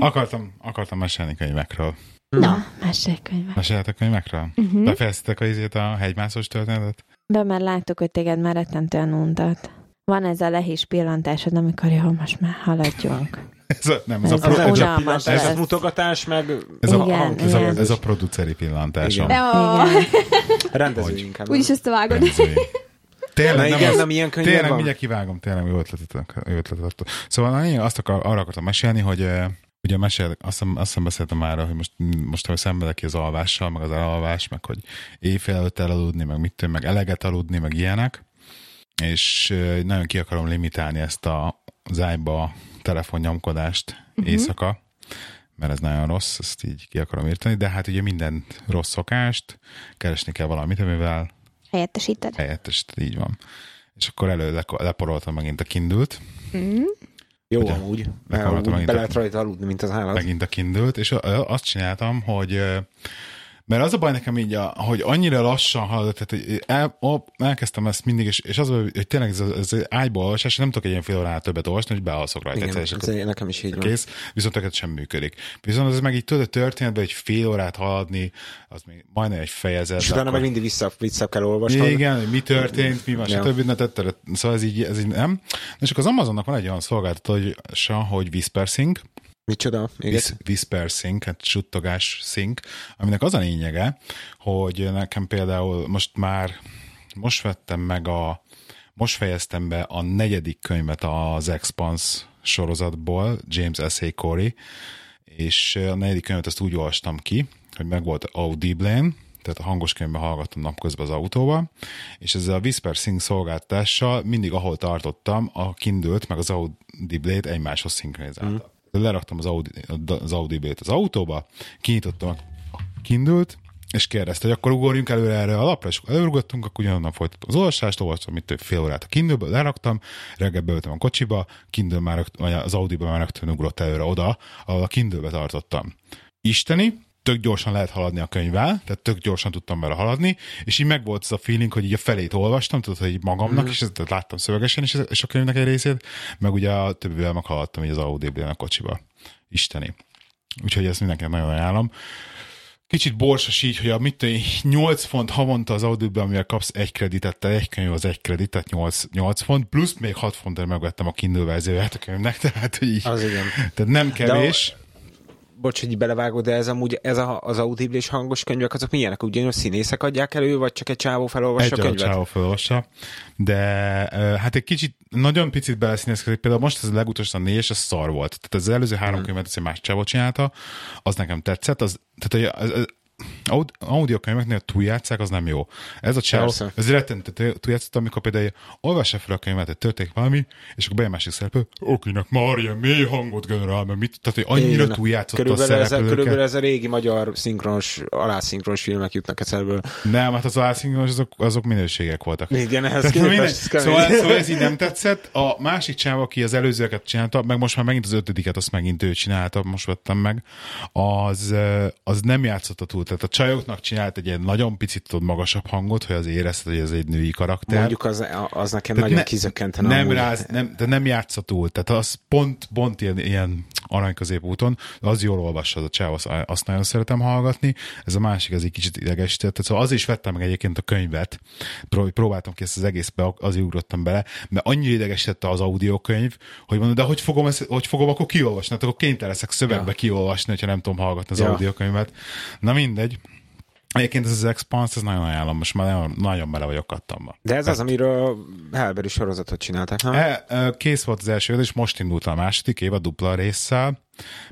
Akartam, akartam mesélni könyvekről. Hm. Na, mesélj könyvet. Meséltek könyvekről? Hm? Mhm. Befejeztetek az izét a hegymászós történetet? De már láttuk, hogy téged már rettentően untat. Van ez a lehis pillantásod, amikor jó, most már haladjunk. Ez a, nem, ez a, Ez pro, a- ez a, Unalmas ez a lesz. mutogatás, meg ez a, Igen, hang- ez a, igen. ez a produceri pillantásom. Igen. Oh, Igen. rendező Hogy? inkább. úgyis ezt vágod. Rendezői. hát Na Tényleg, nem igen, az, nem ilyen könyv tényleg van. mindjárt kivágom, tényleg jó ötletet, jó ötletet adtál. Szóval na, én azt akar, arra akartam mesélni, hogy eh, ugye mesél, azt, hiszem- azt hiszem beszéltem már, hogy most, most hogy szenvedek ki az alvással, meg az elalvás, meg hogy éjfél előtt elaludni, meg mit tudom, meg eleget aludni, meg ilyenek. És eh, nagyon ki akarom limitálni ezt a zájba telefonnyomkodást uh-huh. éjszaka, mert ez nagyon rossz, ezt így ki akarom írtani, de hát ugye minden rossz szokást, keresni kell valamit, amivel Helyettesíted. helyettesített, így van. És akkor elő leko- leporoltam megint a kindült, Mm. Jó, Ugye? amúgy. Meghallgatom Úgy megint Be a- lehet rajta aludni, mint az állat. megint a kindült, és ö- ö, azt csináltam, hogy ö, mert az a baj nekem így, a- hogy annyira lassan haladott, tehát hogy el, ó, elkezdtem ezt mindig, és, és az, a baj, hogy tényleg ez, az- ez ágyba olvasás, és nem tudok egy ilyen fél óránál többet olvasni, hogy bealszok rajta. Igen, egyszer, és ez akkor nekem is így van. kész, viszont tökélet sem működik. Viszont ez meg így tudod, a történetben egy fél órát haladni, az még majdnem egy fejezet. És de utána akkor- meg mindig vissza, vissza kell olvasnod. Igen, hogy mi történt, mi van, Ja. stb. Na, tett, tett, szóval ez így, ez így nem. És akkor az Amazonnak van egy olyan szolgáltatása, hogy Whispersync, Micsoda? Még Whis- egyszer? Whisper Sync, hát suttogás sync, aminek az a lényege, hogy nekem például most már, most vettem meg a, most fejeztem be a negyedik könyvet az Expanse sorozatból, James S.A. Corey, és a negyedik könyvet azt úgy olvastam ki, hogy meg volt Audible-en, tehát a hangos könyvben hallgattam napközben az autóban, és ezzel a Whisper Sync szolgáltással mindig, ahol tartottam, a Kindle-t meg az Audible-t egymáshoz szinkronizáltam. Mm. Leraktam az, Audi, az Audible-t az autóba, kinyitottam a Kindle-t, és kérdezte, hogy akkor ugorjunk előre erre a lapra, és akkor előrugottunk, akkor ugyanonnan folytattam az olvasást, olvastam itt több fél órát a kindle leraktam, reggel beültem a kocsiba, Kindle már rögt, vagy az Audi-ba már rögtön ugrott előre oda, ahol a kindle tartottam. Isteni, tök gyorsan lehet haladni a könyvvel, tehát tök gyorsan tudtam vele haladni, és így megvolt ez a feeling, hogy így a felét olvastam, tudod, hogy így magamnak, mm. és ezt láttam szövegesen is, és a könyvnek egy részét, meg ugye a többivel meghaladtam így az Audi-ban a kocsiba. Isteni. Úgyhogy ezt mindenkinek nagyon ajánlom kicsit borsos így, hogy a mit tudom én, 8 font havonta az audible amivel kapsz egy kreditet, tehát egy könyv az egy kredit, tehát 8, 8 font, plusz még 6 fontért megvettem a Kindle verzióját a könyvnek, tehát hogy így, Az igen. tehát nem kevés. Bocs, hogy így belevágod, de ez amúgy ez a, az audible és hangos könyvek, azok milyenek? Ugyanúgy színészek adják elő, vagy csak egy csávó felolvassa Egy a könyvet? csávó felolvassa. De ö, hát egy kicsit, nagyon picit beleszínezkedik. Például most ez a legutolsó a négyes, az szar volt. Tehát az előző Mm. három hmm. könyvet az egy más csávó csinálta, az nekem tetszett. Az, tehát hogy az, az, aud- audiokönyveknél túljátszák, az nem jó. Ez a csávó, Persze. ez rettentő túljátszott, amikor például olvassa fel a könyvet, hogy történik valami, és akkor bejön másik szereplő, okinak már ilyen mély hangot generál, mert mit, tehát hogy annyira Igen. túljátszott a körülbelül ez, a- körülbelül szereplőket. ez a régi magyar szinkronos, alászinkronos filmek jutnak eszembe. Nem, hát az álszinkronos, azok, azok minőségek voltak. Igen, ehhez Tehát mindegy. képest. ez Szóval, kemény. szóval ez így nem tetszett. A másik csáv, aki az előzőeket csinálta, meg most már megint az ötödiket, azt megint ő csinálta, most vettem meg, az, eh, az nem játszotta túl. Tehát a csajoknak csinált egy ilyen nagyon picit tudod, magasabb hangot, hogy az érezted, hogy ez egy női karakter. Mondjuk az, az nekem Tehát nagyon kizökkentene. Nem amúgy. ráz, nem, de nem játsza túl. Tehát az pont, pont ilyen, ilyen arany középúton, az jól olvassa az a csáv, azt, azt nagyon szeretem hallgatni. Ez a másik, ez egy kicsit idegesített. Tehát Szóval az is vettem meg egyébként a könyvet, Pró- próbáltam ki ezt az egészbe, azért ugrottam bele, mert annyira idegesítette az audiokönyv, hogy mondom, de hogy fogom, ezt, hogy fogom akkor kiolvasni? Hát akkor kénytelen leszek szövegbe ja. kiolvasni, hogyha nem tudom hallgatni az Ja. audiokönyvet. Na mindegy. Egyébként ez az Expanse, ez nagyon ajánlom, most már nagyon, nagyon bele vagyok kattamva. De ez az, amiről Helberi sorozatot csinálták, nem? E, e, Kész volt az első, évad, és most indult a második év a dupla résszel,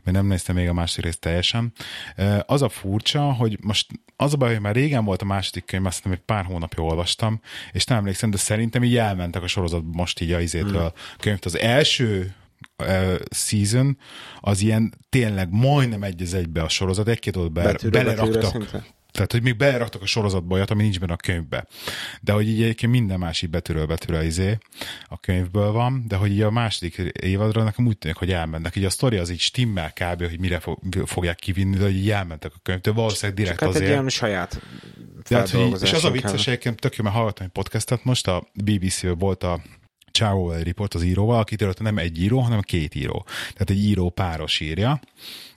mert nem néztem még a második részt teljesen. E, Az a furcsa, hogy most az a baj, hogy már régen volt a második könyv, azt hiszem, hogy pár hónapja olvastam, és nem emlékszem, de szerintem így elmentek a sorozat most így a izétől hmm. a könyvt. Az első ö, season, az ilyen tényleg majdnem egy az egybe a sorozat, egy-két ott be, Betűről betűre beleraktak. szinte. Tehát, hogy még beleraktak a sorozatba olyat, ami nincs benne a könyvbe. De hogy így egyébként minden másik betűről betűre izé a könyvből van, de hogy így a második évadra nekem úgy tűnik, hogy elmennek. Így a sztori az így stimmel kb, hogy mire fo- fogják kivinni, de hogy így elmentek a könyvtől. Valószínűleg direkt Csak hát egy azért. ilyen saját De hát, hogy, és az a feldolgozáson kell. vicces, egyébként tök jó, mert hallgattam egy podcastet most, a BBC-ből volt a Csávó egy riport az íróval, aki területe nem egy író, hanem két író. Tehát egy író páros írja,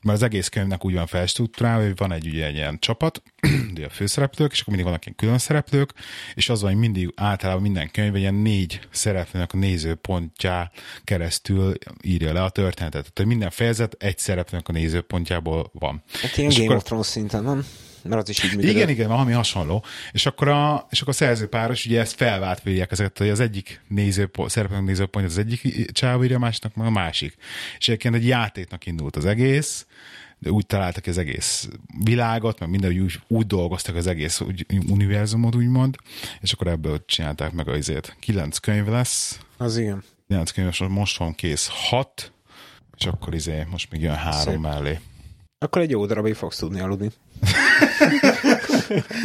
mert az egész könyvnek úgy van felstruktúrálva, hogy van egy, ugye, egy ilyen csapat, ugye a főszereplők, és akkor mindig vannak ilyen külön szereplők, és az van, hogy mindig általában minden könyv egy ilyen négy szereplőnek a nézőpontjá keresztül írja le a történetet. Tehát minden fejezet egy szereplőnek a nézőpontjából van. Hát ilyen És Game akkor- of Thrones szinten, nem? Mert az is így működik. igen, igen, valami hasonló. És akkor a, és akkor a szerzőpáros ugye ezt felváltvírják ezeket, hogy az egyik nézőpont, szereplőnk nézőpontja az egyik csávó írja, a másiknak meg a másik. És egyébként egy játéknak indult az egész, de úgy találtak az egész világot, meg minden, hogy úgy, úgy dolgoztak az egész úgy, univerzumot, úgymond, és akkor ebből csinálták meg az izét. Kilenc könyv lesz, Az igen. 9 könyves, most van kész hat, és akkor izé, most még jön három Szép. mellé. Akkor egy jó darabig fogsz tudni aludni.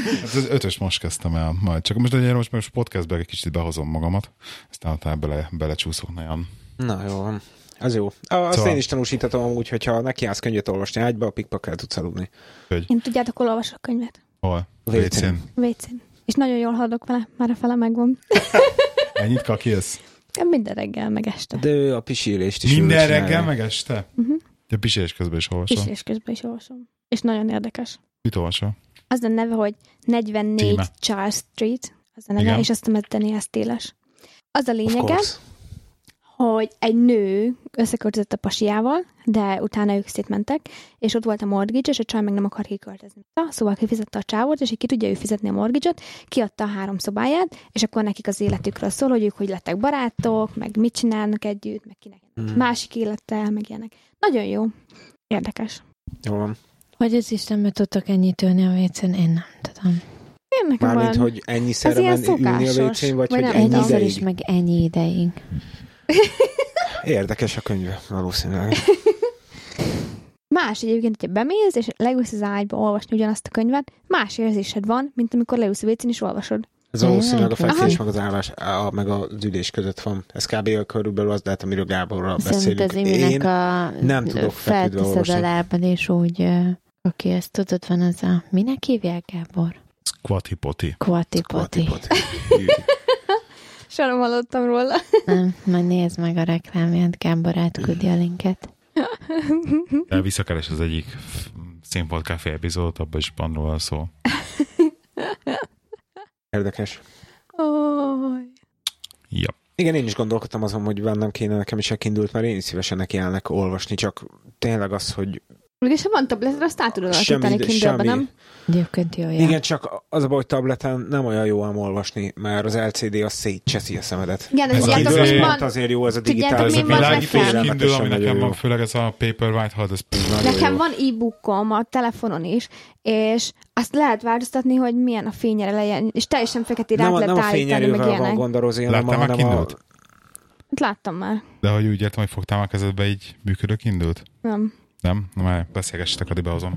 Hát az ötös most kezdtem el, majd csak most, ugye, most, most podcastbe egy kicsit behozom magamat, aztán utána bele, belecsúszok nagyon. Na jó, van. az jó. Azt Szóval- szóval... én is tanúsíthatom amúgy, hogyha neki állsz könyvet olvasni ágyba, a pikpakkel tudsz aludni. Én tudjátok, hol olvasok könyvet? Hol? Vécén. Vécén. Vécén. És nagyon jól haladok vele, már a fele megvan. Ennyit kakilsz? Én Minden reggel, meg este. De ő a pisilést is ő Minden csinálja. reggel, meg este? Mhm. De pisilés közben is És, Szóval. olvasom. és közben is olvasom. És nagyon érdekes. Mit olvasol? Az a neve, hogy 44 Címe. Charles Street, az a neve, Igen. és azt hiszem, ez Daniel Stéles. Az a Of lényege, course. hogy egy nő összeköltözött a pasiával, de utána ők szétmentek, és ott volt a mortgage, és a csaj meg nem akar kiköltözni. Szóval kifizette a csávot, és így ki tudja ő fizetni a mortgage-ot, kiadta a három szobáját, és akkor nekik az életükről szól, hogy ők hogy lettek barátok, meg mit csinálnak együtt, meg kinek Mm. másik élete, meg ilyenek. Nagyon jó. Érdekes. Jó van. Hogy az Istenbe tudtok ennyit ülni a vécén, én nem tudom. Én nekem Mármint, van. hogy ennyi szeremen ilyen ülni a szokásos, vécén, vagy, vagy hogy nem ennyi tudom. Egyszer ideig. is, meg ennyi ideig. Érdekes a könyv, valószínűleg. Más egyébként, hogyha bemész, és leülsz az ágyba olvasni ugyanazt a könyvet, más érzésed van, mint amikor leülsz a vécén és olvasod. Ez valószínűleg a Aha. fekvés, meg az állás, a, meg az ülés között van. Ez kb. körülbelül az lehet, amiről Gáborral Szerint beszélünk. az iminek Én a nem tudok feküdve feltiszed a olvasni. lábad, és úgy ö, aki ezt tudod, van az a... Minek hívják, Gábor? Squatty-poti. Kvati-poti. Kvati-poti. Soha nem hallottam róla. Nem, majd nézd meg a reklámját, Gábor átküldi a linket. De visszakeres az egyik f- színpad kávé epizódot, abban is arról van szó. Érdekes. Oly. Ja. Igen, én is gondolkodtam azon, hogy bennem kéne nekem is elindult, mert én is szívesen nekiállnak olvasni, csak tényleg az, hogy Mégis ha van tableted, azt át tudod alakítani kindle nem? Egyébként jó, Igen, jó. csak az a baj, hogy tableten nem olyan jó ám olvasni, mert az LCD az szétcseszi a szemedet. Igen, de Ez a tudjátok, Kindle most Kindle van, pont azért jó, ez a Tudjátok, digitális. Hát Ez mi a van világi nekem? Kindle, ami nekem van, jó. főleg ez a Paperwhite, hát ez Nagyon nekem jó. van e-bookom a telefonon is, és azt lehet változtatni, hogy milyen a fényere legyen, és teljesen feketére Nem, át a- nem lehet a állítani, meg fényerővel van ilyenek. gond a Rozi, hanem, a- Láttam már hanem a... Kindle-t? Hát Láttam már. De hogy úgy értem, hogy fogtál már kezedbe így működő Kindle-t? Nem. Nem? Na már beszélgessetek, addig behozom.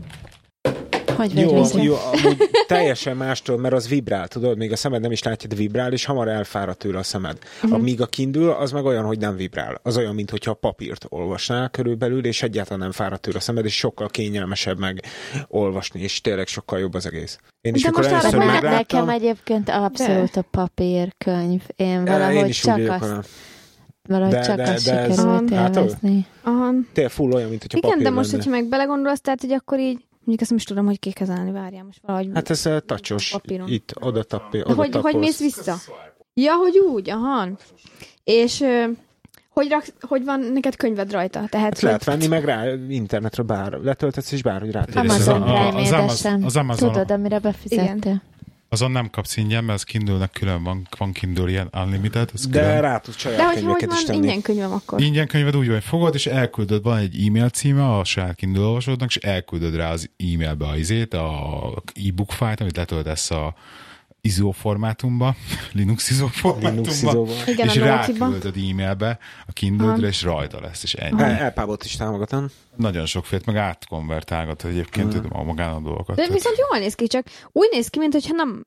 Hogy vagy Jó, Rozi? jó, amúgy teljesen mástól, mert az vibrál, tudod, még a szemed nem is látja, de vibrál, és hamar elfáradt tőle a szemed. Mhm. Uh-huh. Amíg a Kindle, az meg olyan, hogy nem vibrál. Az olyan, mintha a papírt olvasnál körülbelül, és egyáltalán nem fáradt tőle a szemed, és sokkal kényelmesebb meg olvasni, és tényleg sokkal jobb az egész. Én is, De mikor most arra először már Nekem, megláttam, nekem egyébként abszolút a papírkönyv. Én valahogy én is úgy csak vagyok azt, vele. valahogy De- csak de- azt de ez- sikerült Hát, élvezni. Aha. Tényleg full olyan, mint hogyha Igen, papír de most, lenne. hogyha meg belegondolsz, tehát, hogy akkor így, mondjuk azt nem is tudom, hogy kikezálni, várjál most valahogy. Hát ez eh, tacsos. Papíron. Itt, oda tapé, De oda hogy, hogy tapolsz. mész vissza? Ja, hogy úgy, aha. És ö, hogy, raksz, hogy van neked könyved rajta. Tehát, Hát lehet hogy, venni, meg rá internetről bár letöltesz, és bárhogy rátérsz. Ez Amazon a- a- az prime Amaz- sem. az Amazon- Tudod, amire befizettél. Azon nem kapsz ingyen, mert az Kindle-nek külön van, van Kindle ilyen unlimited, ez De külön. rá tudsz saját de hogy hogy könyveket is van tenni. ingyen könyvem akkor. Ingyen könyved úgy van, hogy fogod, és elküldöd, van egy e-mail címe a saját Kindle olvasódnak, és elküldöd rá az e-mailbe a izét, a e-book fájt, amit letöltesz a ISO formátumba, Linux ISO formátumba, Linux izóval. Igen, és a Nokia-ban. ráküldöd e-mailbe a Kindle-re, és rajta lesz, és ennyi. El- Elpábot is támogatom. Nagyon sokfélt, meg átkonvertálgat egyébként tudom, a magán a De dolgokat. Tehát- viszont jól néz ki, csak úgy néz ki, mintha nem,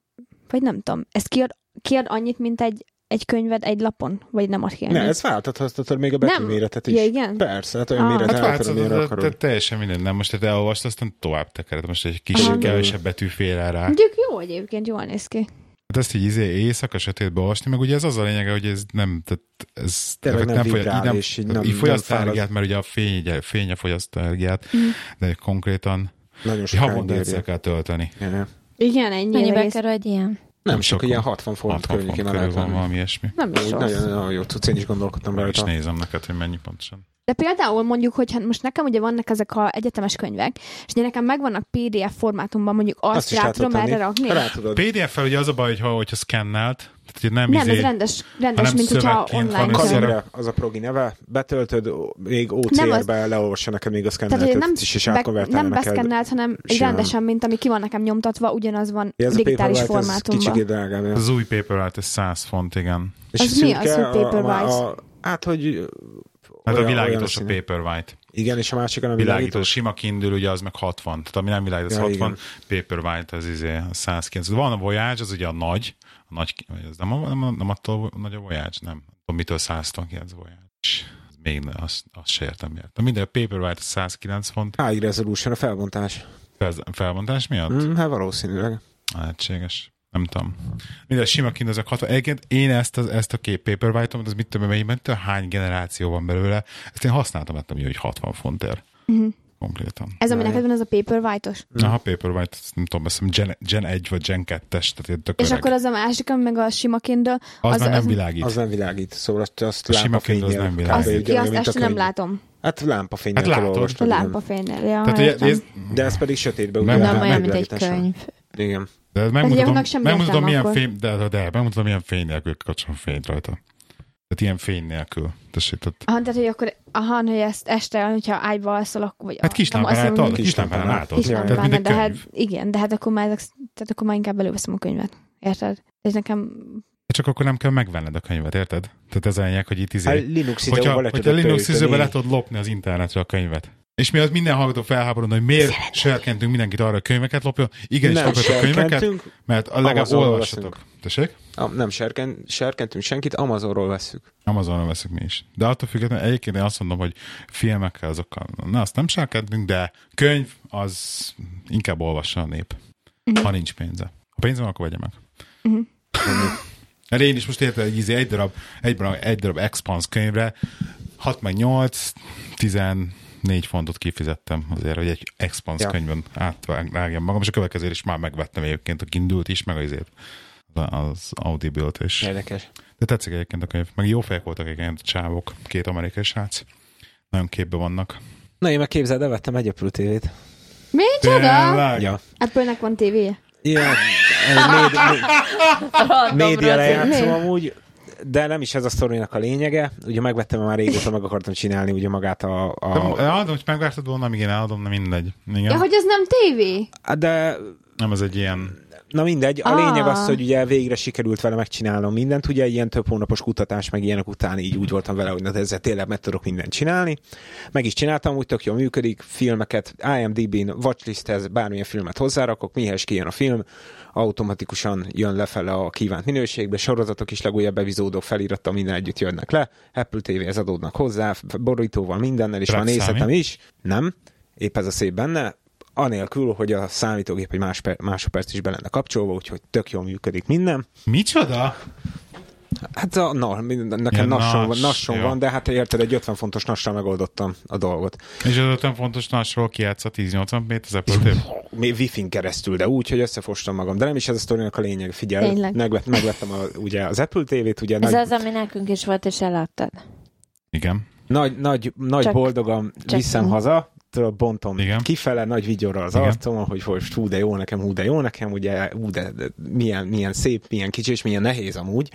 vagy nem tudom, ez kiad, kiad annyit, mint egy, egy könyved egy lapon, vagy nem ad ki Ne, annyit? ez változtatod még a Nem. betűméretet is. Ja, igen? Persze, hát olyan Ah. méret Hát hát változod, amire de, de akarod. teljesen minden. Nem, most te elolvastad, aztán tovább tekered. Most egy kis, Aha. kevesebb betű fél el rá. Hát Mondjuk jó egyébként, jól néz ki. ezt így izé éjszaka sötétbe olvasni, meg ugye ez az a lényege, hogy ez nem, tehát ez Tényleg nem fogy- vibrál, így nem, és így nem- így fogyaszt nem fárad. energiát, mert ugye a fény, fénye fogyaszt energiát, Mm. de konkrétan Nagyon sokáig havonta bírja. egyszer kell tölteni. Ja, ja. Igen, ennyi. Mennyibe egész- kerül egy ilyen? Nem Nem sok, sokan. ilyen 60 font 60 font környékén körül alatt van van. valami ilyesmi. Nem is Úgy rossz. Nagyon, nagyon jó cucc, én is gondolkodtam Meg is rajta. nézem neked, hogy mennyi pontosan. De például mondjuk, hogy hát most nekem ugye vannak ezek a egyetemes könyvek, és ugye nekem megvannak PDF formátumban, mondjuk azt, Azt is rá rá tudom tudod erre tenni. rakni. Rá tudod. PDF-fel ugye az a baj, hogy ha, hogyha szkennelt, tehát ugye nem, Nem, izé, ez rendes, rendes hanem mint hogyha szövegként online van, kell. szöveg. Kalimra, az a progi neve, betöltöd, ó- még Nem az- OCR-be leolvassa neked még a Tehát ugye nem, szkenneltet is, és be, nem átkonvertálja neked. beszkennelt, hanem egy Simán. rendesen, mint ami ki van nekem nyomtatva, ugyanaz van Ja, ez a digitális Paperwhite, ez formátumban. kicsikét drágább. ja. Az új paperwhite, ez 100 font, igen. És Az mi az, szürke, hogy a- a- Paperwhite? a- Hát, hogy... Hát a olyan- világítós a olyan színű. Paperwhite. Igen, és a másik a nem Világító, világítós. sima Kindle, ugye az meg 60. Tehát ami nem világító, az Ja, 60, Paperwhite az izé a 109. Van a Voyage, az ugye a nagy, a nagy ez nem, a, nem, a, nem attól nagy a Voyage, nem. Nem Tudom, mitől 109 Voyage. Az Még ne, azt, azt se értem miért. Na Minden a Paperwhite az 109 font High resolution, a felbontás. fel- felbontás miatt? Hm, hát valószínűleg. Lehetséges. Nem tudom. Minden sima kint ezek 60. Egyébként én ezt, az, ezt a kép Paperwhite-omat, az mit tudom, én, mennyi- mint tudom, hány generáció van belőle, ezt én használtam, mert nem így, hogy 60 fontért. Mhm. Konkrétan. Ez, ami Ja, neked ja. van, az a Paperwhite-os. Aha, Paperwhite, azt nem tudom, azt hiszem Gen, Gen 1 vagy Gen 2-es, tehát ilyen tök És öreg. akkor az a másik, ami meg a sima Kindle, az, az- már nem az- világít. Az nem világít, szóval azt, azt A sima lámpafényjel. Kindle az nem kb. világít. azt, Kb. ki ugyanolyan, azt mint a este nem könyv. látom. Hát lámpafényel Hát kell látod. olvasni. A igen. lámpafénynél. Ja, tehát Ah, ugye, értem. nézd, De ez pedig sötétbe úgy Nem, lehet Nem olyan, mint egy megvilágítással. könyv. Igen. de ugye megmutatom, annak sem értelme megmutatom milyen akkor. fény, de, de, de, megmutatom milyen fény nélkül, kapcsolom fényt rajta. Tehát ilyen fény nélkül. Tessék, tehát, Aha, tehát, hogy akkor, aha, hogy ezt este, hogyha ágyba alszol, akkor, vagy hát nem kislámpán alszol, látod, mondjuk- kislámpán Kislámpán látod. látod. Tehát Kislámpán, mint de egy hát könyv. igen, de hát akkor már, ezek, tehát akkor már inkább előveszem a könyvet. Érted? És nekem hát- Csak akkor nem kell megvenned a könyvet, érted? Tehát ez a lényeg, hogy itt izé... Hát Linux hogyha, ideóban le hogyha Linux tölteni. izőbe le tudod lopni az internetre a könyvet. És miatt minden hallgató felháborodna, hogy miért serkentünk mindenkit arra, hogy könyveket lopjon. Igen, és Nem lopjatok könyveket, serkentünk, mert a legalább Amazonról olvassatok. Tessék? am- nem serken, serkentünk senkit, Amazonról veszük. Amazonon veszük mi is. De attól függetlenül egyébként én azt mondom, hogy filmekkel azokkal, na azt nem sárkedünk, de könyv az inkább olvassa a nép, ha nincs pénze. Ha pénze van, akkor vegye meg. Mert én is most érted egy, izé, egy darab, egy darab, egy darab Expanse könyvre 6 meg 8, 14 fontot kifizettem azért, hogy egy Expanse Ja. ja. könyvön átvágjam magam, és a következőre is már megvettem egyébként a kindle is, meg az, az Audible-t is. Érdekes. De tetszik egyébként a könyv. Meg jó fejek voltak egyébként a csávok, két amerikai srác. Nagyon képbe vannak. Na, én meg képzeld, el vettem egy Apple TV-t. Micsoda? Ja. Apple-nek van tévéje? Ilyen médi- média lejátszó Mi? amúgy, de nem is ez a sztorinak a lényege. Ugye megvettem, már régóta meg akartam csinálni ugye magát a... a... De Eladom, hogy megvártad volna, amíg én eladom, nem mindegy. Igen. Ja, hogy ez nem tévé? De Nem ez egy ilyen... Na mindegy, a Ah. lényeg az, hogy ugye végre sikerült vele megcsinálnom mindent, ugye egy ilyen több hónapos kutatás, meg ilyenek után így úgy voltam vele, hogy na de ezzel tényleg meg tudok mindent csinálni. Meg is csináltam, úgy tök jól működik, filmeket, IMDb-n, watchlisthez bármilyen filmet hozzárakok, mihez kijön a film, automatikusan jön lefele a kívánt minőségbe, sorozatok is legújabb epizódok felirattal minden együtt jönnek le, Apple TV-hez adódnak hozzá, borítóval mindennel, és már Drágszámi? nézhetem is. Nem, épp ez a szép benne, anélkül, hogy a számítógép egy más per, másodperc is be lenne kapcsolva, úgyhogy tök jól működik minden. Micsoda? Hát a, na, mind- Ja, nekem nasson, nas, van, nasson ja. van, de hát érted, egy 50 fontos nassal megoldottam a dolgot. És az ötön fontos nasról kijátsz a 1080 p az Apple TV. Mi wifi-n keresztül, de úgy, hogy összefostam magam. De nem is ez a sztorinak a lényeg, figyelj. Tényleg. Meglett, megvettem a, ugye az Apple TV-t, ugye Ez nagy- az, ami nekünk is volt, és eladtad. Igen. Nagy, nagy, nagy Csak- boldogan csak- viszem Mhm. haza, tudod, bontom Igen. kifele nagy vigyorral az Igen. arcomon, hogy most hú de jó nekem, hú de jó nekem, ugye hú de, de milyen, milyen szép, milyen kicsi, és milyen nehéz amúgy.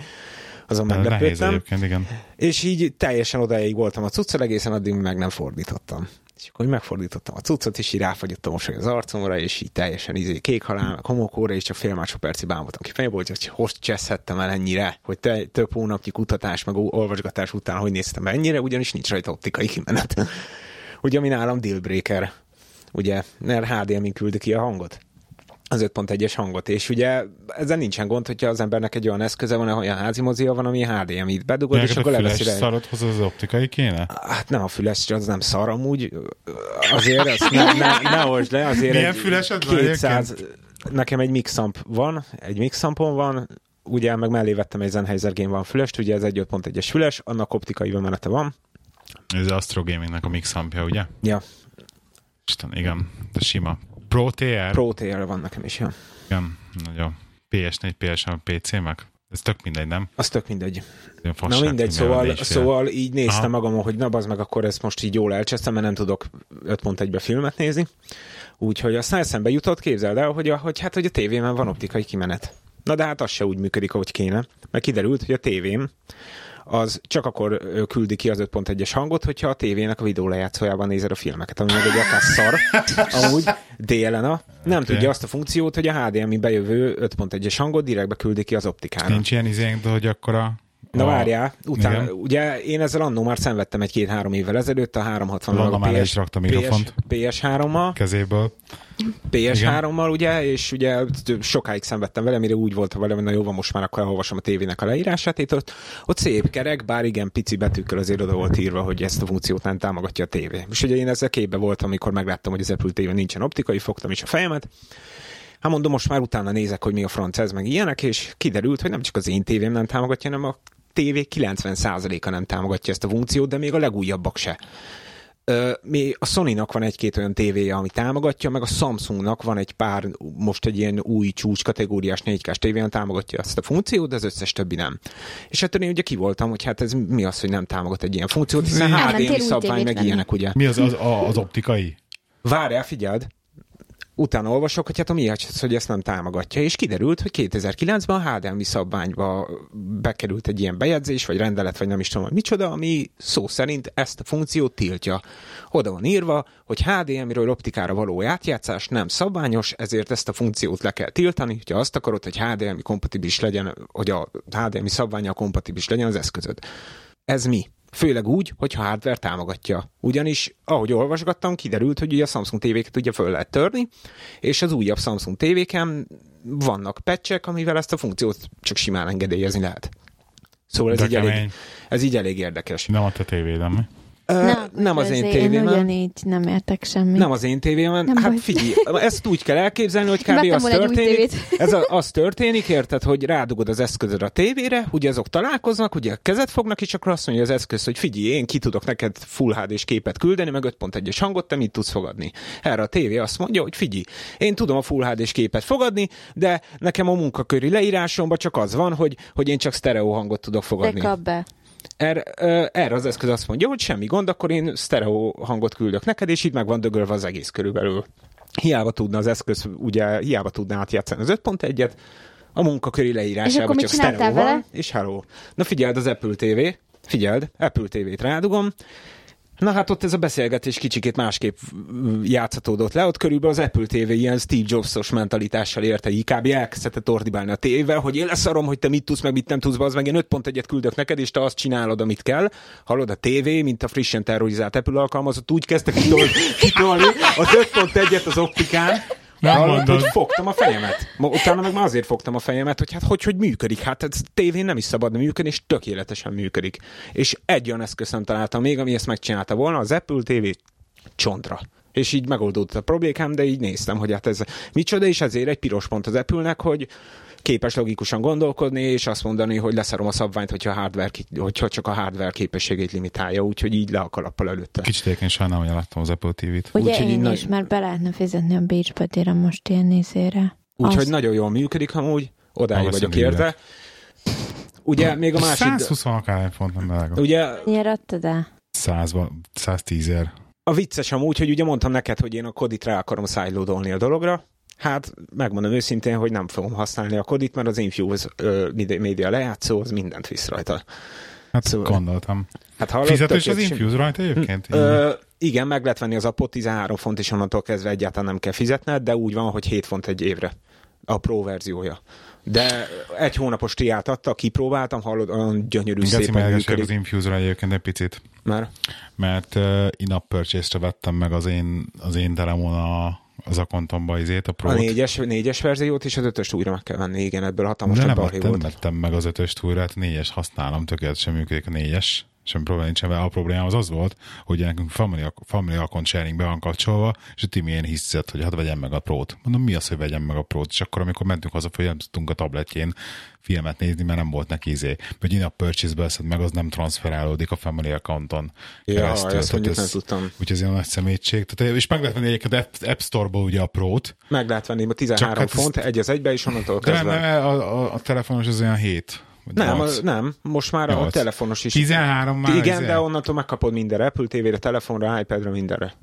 Azon De Nehéz meglepődtem. egyébként, igen. És így teljesen odáig voltam a cuccal, egészen addig meg nem fordítottam. És akkor így megfordítottam a cuccot, és így ráfagyott a mosoly az arcomra, és így teljesen izé kék halál, a homokóra, és csak fél másodpercig bámultam ki fejből, hogy hogy hogy cseszhettem el ennyire, hogy te, több hónapnyi kutatás, meg ó- olvasgatás után, hogy néztem el ennyire, ugyanis nincs rajta optikai kimenet. Ugye, ami nálam dealbreaker, ugye, mert HDMI küldi ki a hangot az 5.1-es hangot, és ugye ezzel nincsen gond, hogyha az embernek egy olyan eszköze van, olyan házi mozia van, ami HDMI-t bedugod, Neked és akkor a füles leveszi rá. szarod hozzá az optikai kéne? Hát nem a füles, az nem szar amúgy. Azért ezt ne, ne, ne olvasd le, azért Milyen egy fülesed van 200, nekem egy mixamp van, egy mixampon van, ugye meg mellé vettem egy Sennheiser Game van fülest, ugye ez egy 5.1-es füles, annak optikai bemenete van. Ez Astro Gamingnek a mix hampja, ugye? Ja, Isten, igen, de sima. Pro TR? Pro tr van nekem is, ja. Igen, nagyon. PS4, PS3, PC meg? Ez tök mindegy, nem? Az tök mindegy. Ilyen Na fasság, mindegy, hogy mi van, szóval, négyféle. szóval így néztem Aha. magamon, hogy na bazd meg, akkor ezt most így jól elcsesztem, mert nem tudok 5.1-be filmet nézni. Úgyhogy aztán eszembe jutott, képzeld el, hogy, a, hogy hát, hogy a tévében van optikai kimenet. Na de hát az se úgy működik, ahogy kéne. Mert kiderült, hogy a tévém az csak akkor ö, küldi ki az 5.1-es hangot, hogyha a tévének a videó lejátszójában nézed a filmeket, ami meg egy akár szar, amúgy DLNA, nem Oké. tudja azt a funkciót, hogy a HDMI bejövő 5.1-es hangot direktbe küldi ki az optikára. Nincs ilyen izénk, de hogy akkor a... Na a- várjál, utána, Igen. ugye én ezzel annó már szenvedtem egy-két-három évvel ezelőtt a 360 Lalla már le is PS, rakta PS, mikrofont PS3-mal, kezéből. PS3-mal ugye, és ugye sokáig szenvedtem vele, mire úgy volt velem, hogy na jó van, most már akkor elolvasom a tévének a leírását, itt ott, ott szép kerek, bár igen, pici betűkkel azért oda volt írva, hogy ezt a funkciót nem támogatja a tévé. És ugye én ezzel képbe voltam, amikor megláttam, hogy az Apple tévé nincsen optikai, fogtam is a fejemet, Hát mondom, most már utána nézek, hogy mi a franc ez, meg ilyenek, és kiderült, hogy nem csak az én tévém nem támogatja, hanem a tévé 90%-a nem támogatja ezt a funkciót, de még a legújabbak se. Ö, mi a Sony-nak van egy-két olyan tévéje, ami támogatja, meg a Samsungnak van egy pár, most egy ilyen új csúcs kategóriás 4K-s tévé, ami támogatja ezt a funkciót, de az összes többi nem. És hát én ugye ki voltam, hogy hát ez mi az, hogy nem támogat egy ilyen funkciót, hiszen Nem, mentél új HDMI szabvány, tévét meg venni. ilyenek, ugye. Mi az, az, a, az optikai? Várjál, figyeld! Utána olvasok, hogy hát a miatt, hogy ezt nem támogatja, és kiderült, hogy 2009-ben a HDMI szabványba bekerült egy ilyen bejegyzés, vagy rendelet, vagy nem is tudom, hogy micsoda, ami szó szerint ezt a funkciót tiltja. Oda van írva, hogy HDMI-ről optikára való átjátszás nem szabványos, ezért ezt a funkciót le kell tiltani, hogyha azt akarod, hogy HDMI kompatibilis legyen, hogy a HDMI szabványjal kompatibilis legyen az eszközöd. Ez mi? Főleg úgy, hogyha hardware támogatja. Ugyanis, ahogy olvasgattam, kiderült, hogy ugye a Samsung tévéket ugye föl lehet törni, és az újabb Samsung tévéken vannak patchek, amivel ezt a funkciót csak simán engedélyezni lehet. Szóval ez, De így elég, kemény. ez így elég érdekes. Nem a te tévédem, mi? Ö, Na, nem az én azért Én tévémem. ugyanígy nem értek semmit. Nem az én tévémen. Nem hát baj. figyelj, ezt úgy kell elképzelni, hogy kb. Vettem az volna egy új történik. tévét. Ez a, az történik, érted, hogy rádugod az eszközöd a tévére, ugye azok találkoznak, ugye kezet fognak, és akkor azt mondja az eszköz, hogy figyelj, én ki tudok neked full hd képet küldeni, meg 5.1-es hangot, te mit tudsz fogadni. Erre a tévé azt mondja, hogy figyelj, én tudom a full hd képet fogadni, de nekem a munkaköri leírásomban csak az van, hogy, hogy én csak sztereó hangot tudok Te fogadni. kap be. Erre, Er, ö, erre az eszköz azt mondja, hogy semmi gond, akkor én sztereó hangot küldök neked, és így meg van dögölve az egész körülbelül. Hiába tudna az eszköz, ugye hiába tudná átjátszani az 5.1-et, a munkaköri És akkor leírásában mit csak csináltál sztereó van, vele? és hello. Na figyeld az Apple TV, figyeld, Apple TV-t rádugom, Na hát ott ez a beszélgetés kicsikét másképp mm, játszhatódott le, ott körülbelül az Apple TV ilyen Steve Jobs-os mentalitással érte, így kb. elkezdhetett ordibálni a tévével, hogy én leszarom, hogy te mit tudsz, meg mit nem tudsz, az meg én 5.1-et küldök neked, és te azt csinálod, amit kell. Hallod, a tévé, mint a frissen terrorizált Apple alkalmazott, úgy kezdte kitol- kitolni az 5.1-et az optikán, Nem Hallod, mondod. hogy fogtam a fejemet. Ma, utána meg már azért fogtam a fejemet, hogy hát hogy, hogy működik. Hát ez tévén nem is szabadna működni, és tökéletesen működik. És egy olyan eszköz nem találtam még, ami ezt megcsinálta volna, az Apple TV csontra. És így megoldódott a problémám, de így néztem, hogy hát ez micsoda, és ezért egy piros pont az apple hogy képes logikusan gondolkodni, és azt mondani, hogy leszarom a szabványt, hogyha, a hardware, ki- hogyha csak a hardware képességét limitálja, úgyhogy így le a kalappal előtte. Kicsit egyébként sajnálom, hogy láttam az Apple TV-t. Ugye Úgyhogy így én nagy- is, mert be lehetne fizetni a Beachbody-ra most ilyen izére. Úgyhogy Azt- nagyon jól működik amúgy, odáig Na, vagyok veszem érte. Ugye még a másik... 120 akárhány font nem drága. Ugye Miért adtad el? 100-ban, 110 ezer. a vicces amúgy, hogy ugye mondtam neked, hogy én a kodit rá akarom szájlódolni a dologra, Hát megmondom őszintén, hogy nem fogom használni a kodit, mert az Infuse ö, midi- média lejátszó, az mindent visz rajta. Hát Szóval. gondoltam. Hát hallod, Fizetős tök az sim- Infuse rajta egyébként? Hm, Ö, igen, meg lehet venni az appot 13 font, és onnantól kezdve egyáltalán nem kell fizetned, de úgy van, hogy 7 font egy évre a pro verziója. De egy hónapos triát adta, kipróbáltam, hallod, olyan gyönyörű Geci szépen mérgesek az működik. Infuse-ra egyébként egy picit, Már mert uh, in-app purchase-re vettem meg az én, az én telemon a, az akontomba izét, a pro a négyes, négyes verziót és az ötöst újra meg kell venni, igen, ebből hatalmas De a nem balhé vettem, volt. vettem meg az ötöst újra, hát négyes használom, tökéletesen működik a négyes, semmi probléma nincsen vele. A problémám az az volt, hogy nekünk family, family account sharing be van kapcsolva, és a Timi én hiszett, hogy hát vegyem meg a prót. Mondom, mi az, hogy vegyem meg a prót? És akkor, amikor mentünk haza, hogy nem tudtunk a tabletjén filmet nézni, mert nem volt neki izé. Vagy in a purchase-be veszed meg, az nem transferálódik a family accounton Ja, keresztül. ezt Tehát mondjuk nem tudtam. Úgyhogy ez ilyen nagy szemétség. Tehát, és meg lehet venni egyébként App- App Store-ból ugye a prót, Meg lehet venni a 13 Csak hát hát ezt- font, egy az egybe, és onnantól de nem, kezdve. nem, a, a, a telefonos az olyan 7. nem, az, nem, most már a Nyolc. telefonos is. 13 már. igen, izé. de onnantól megkapod mindenre, Apple TV-re, telefonra, iPad-re, mindenre.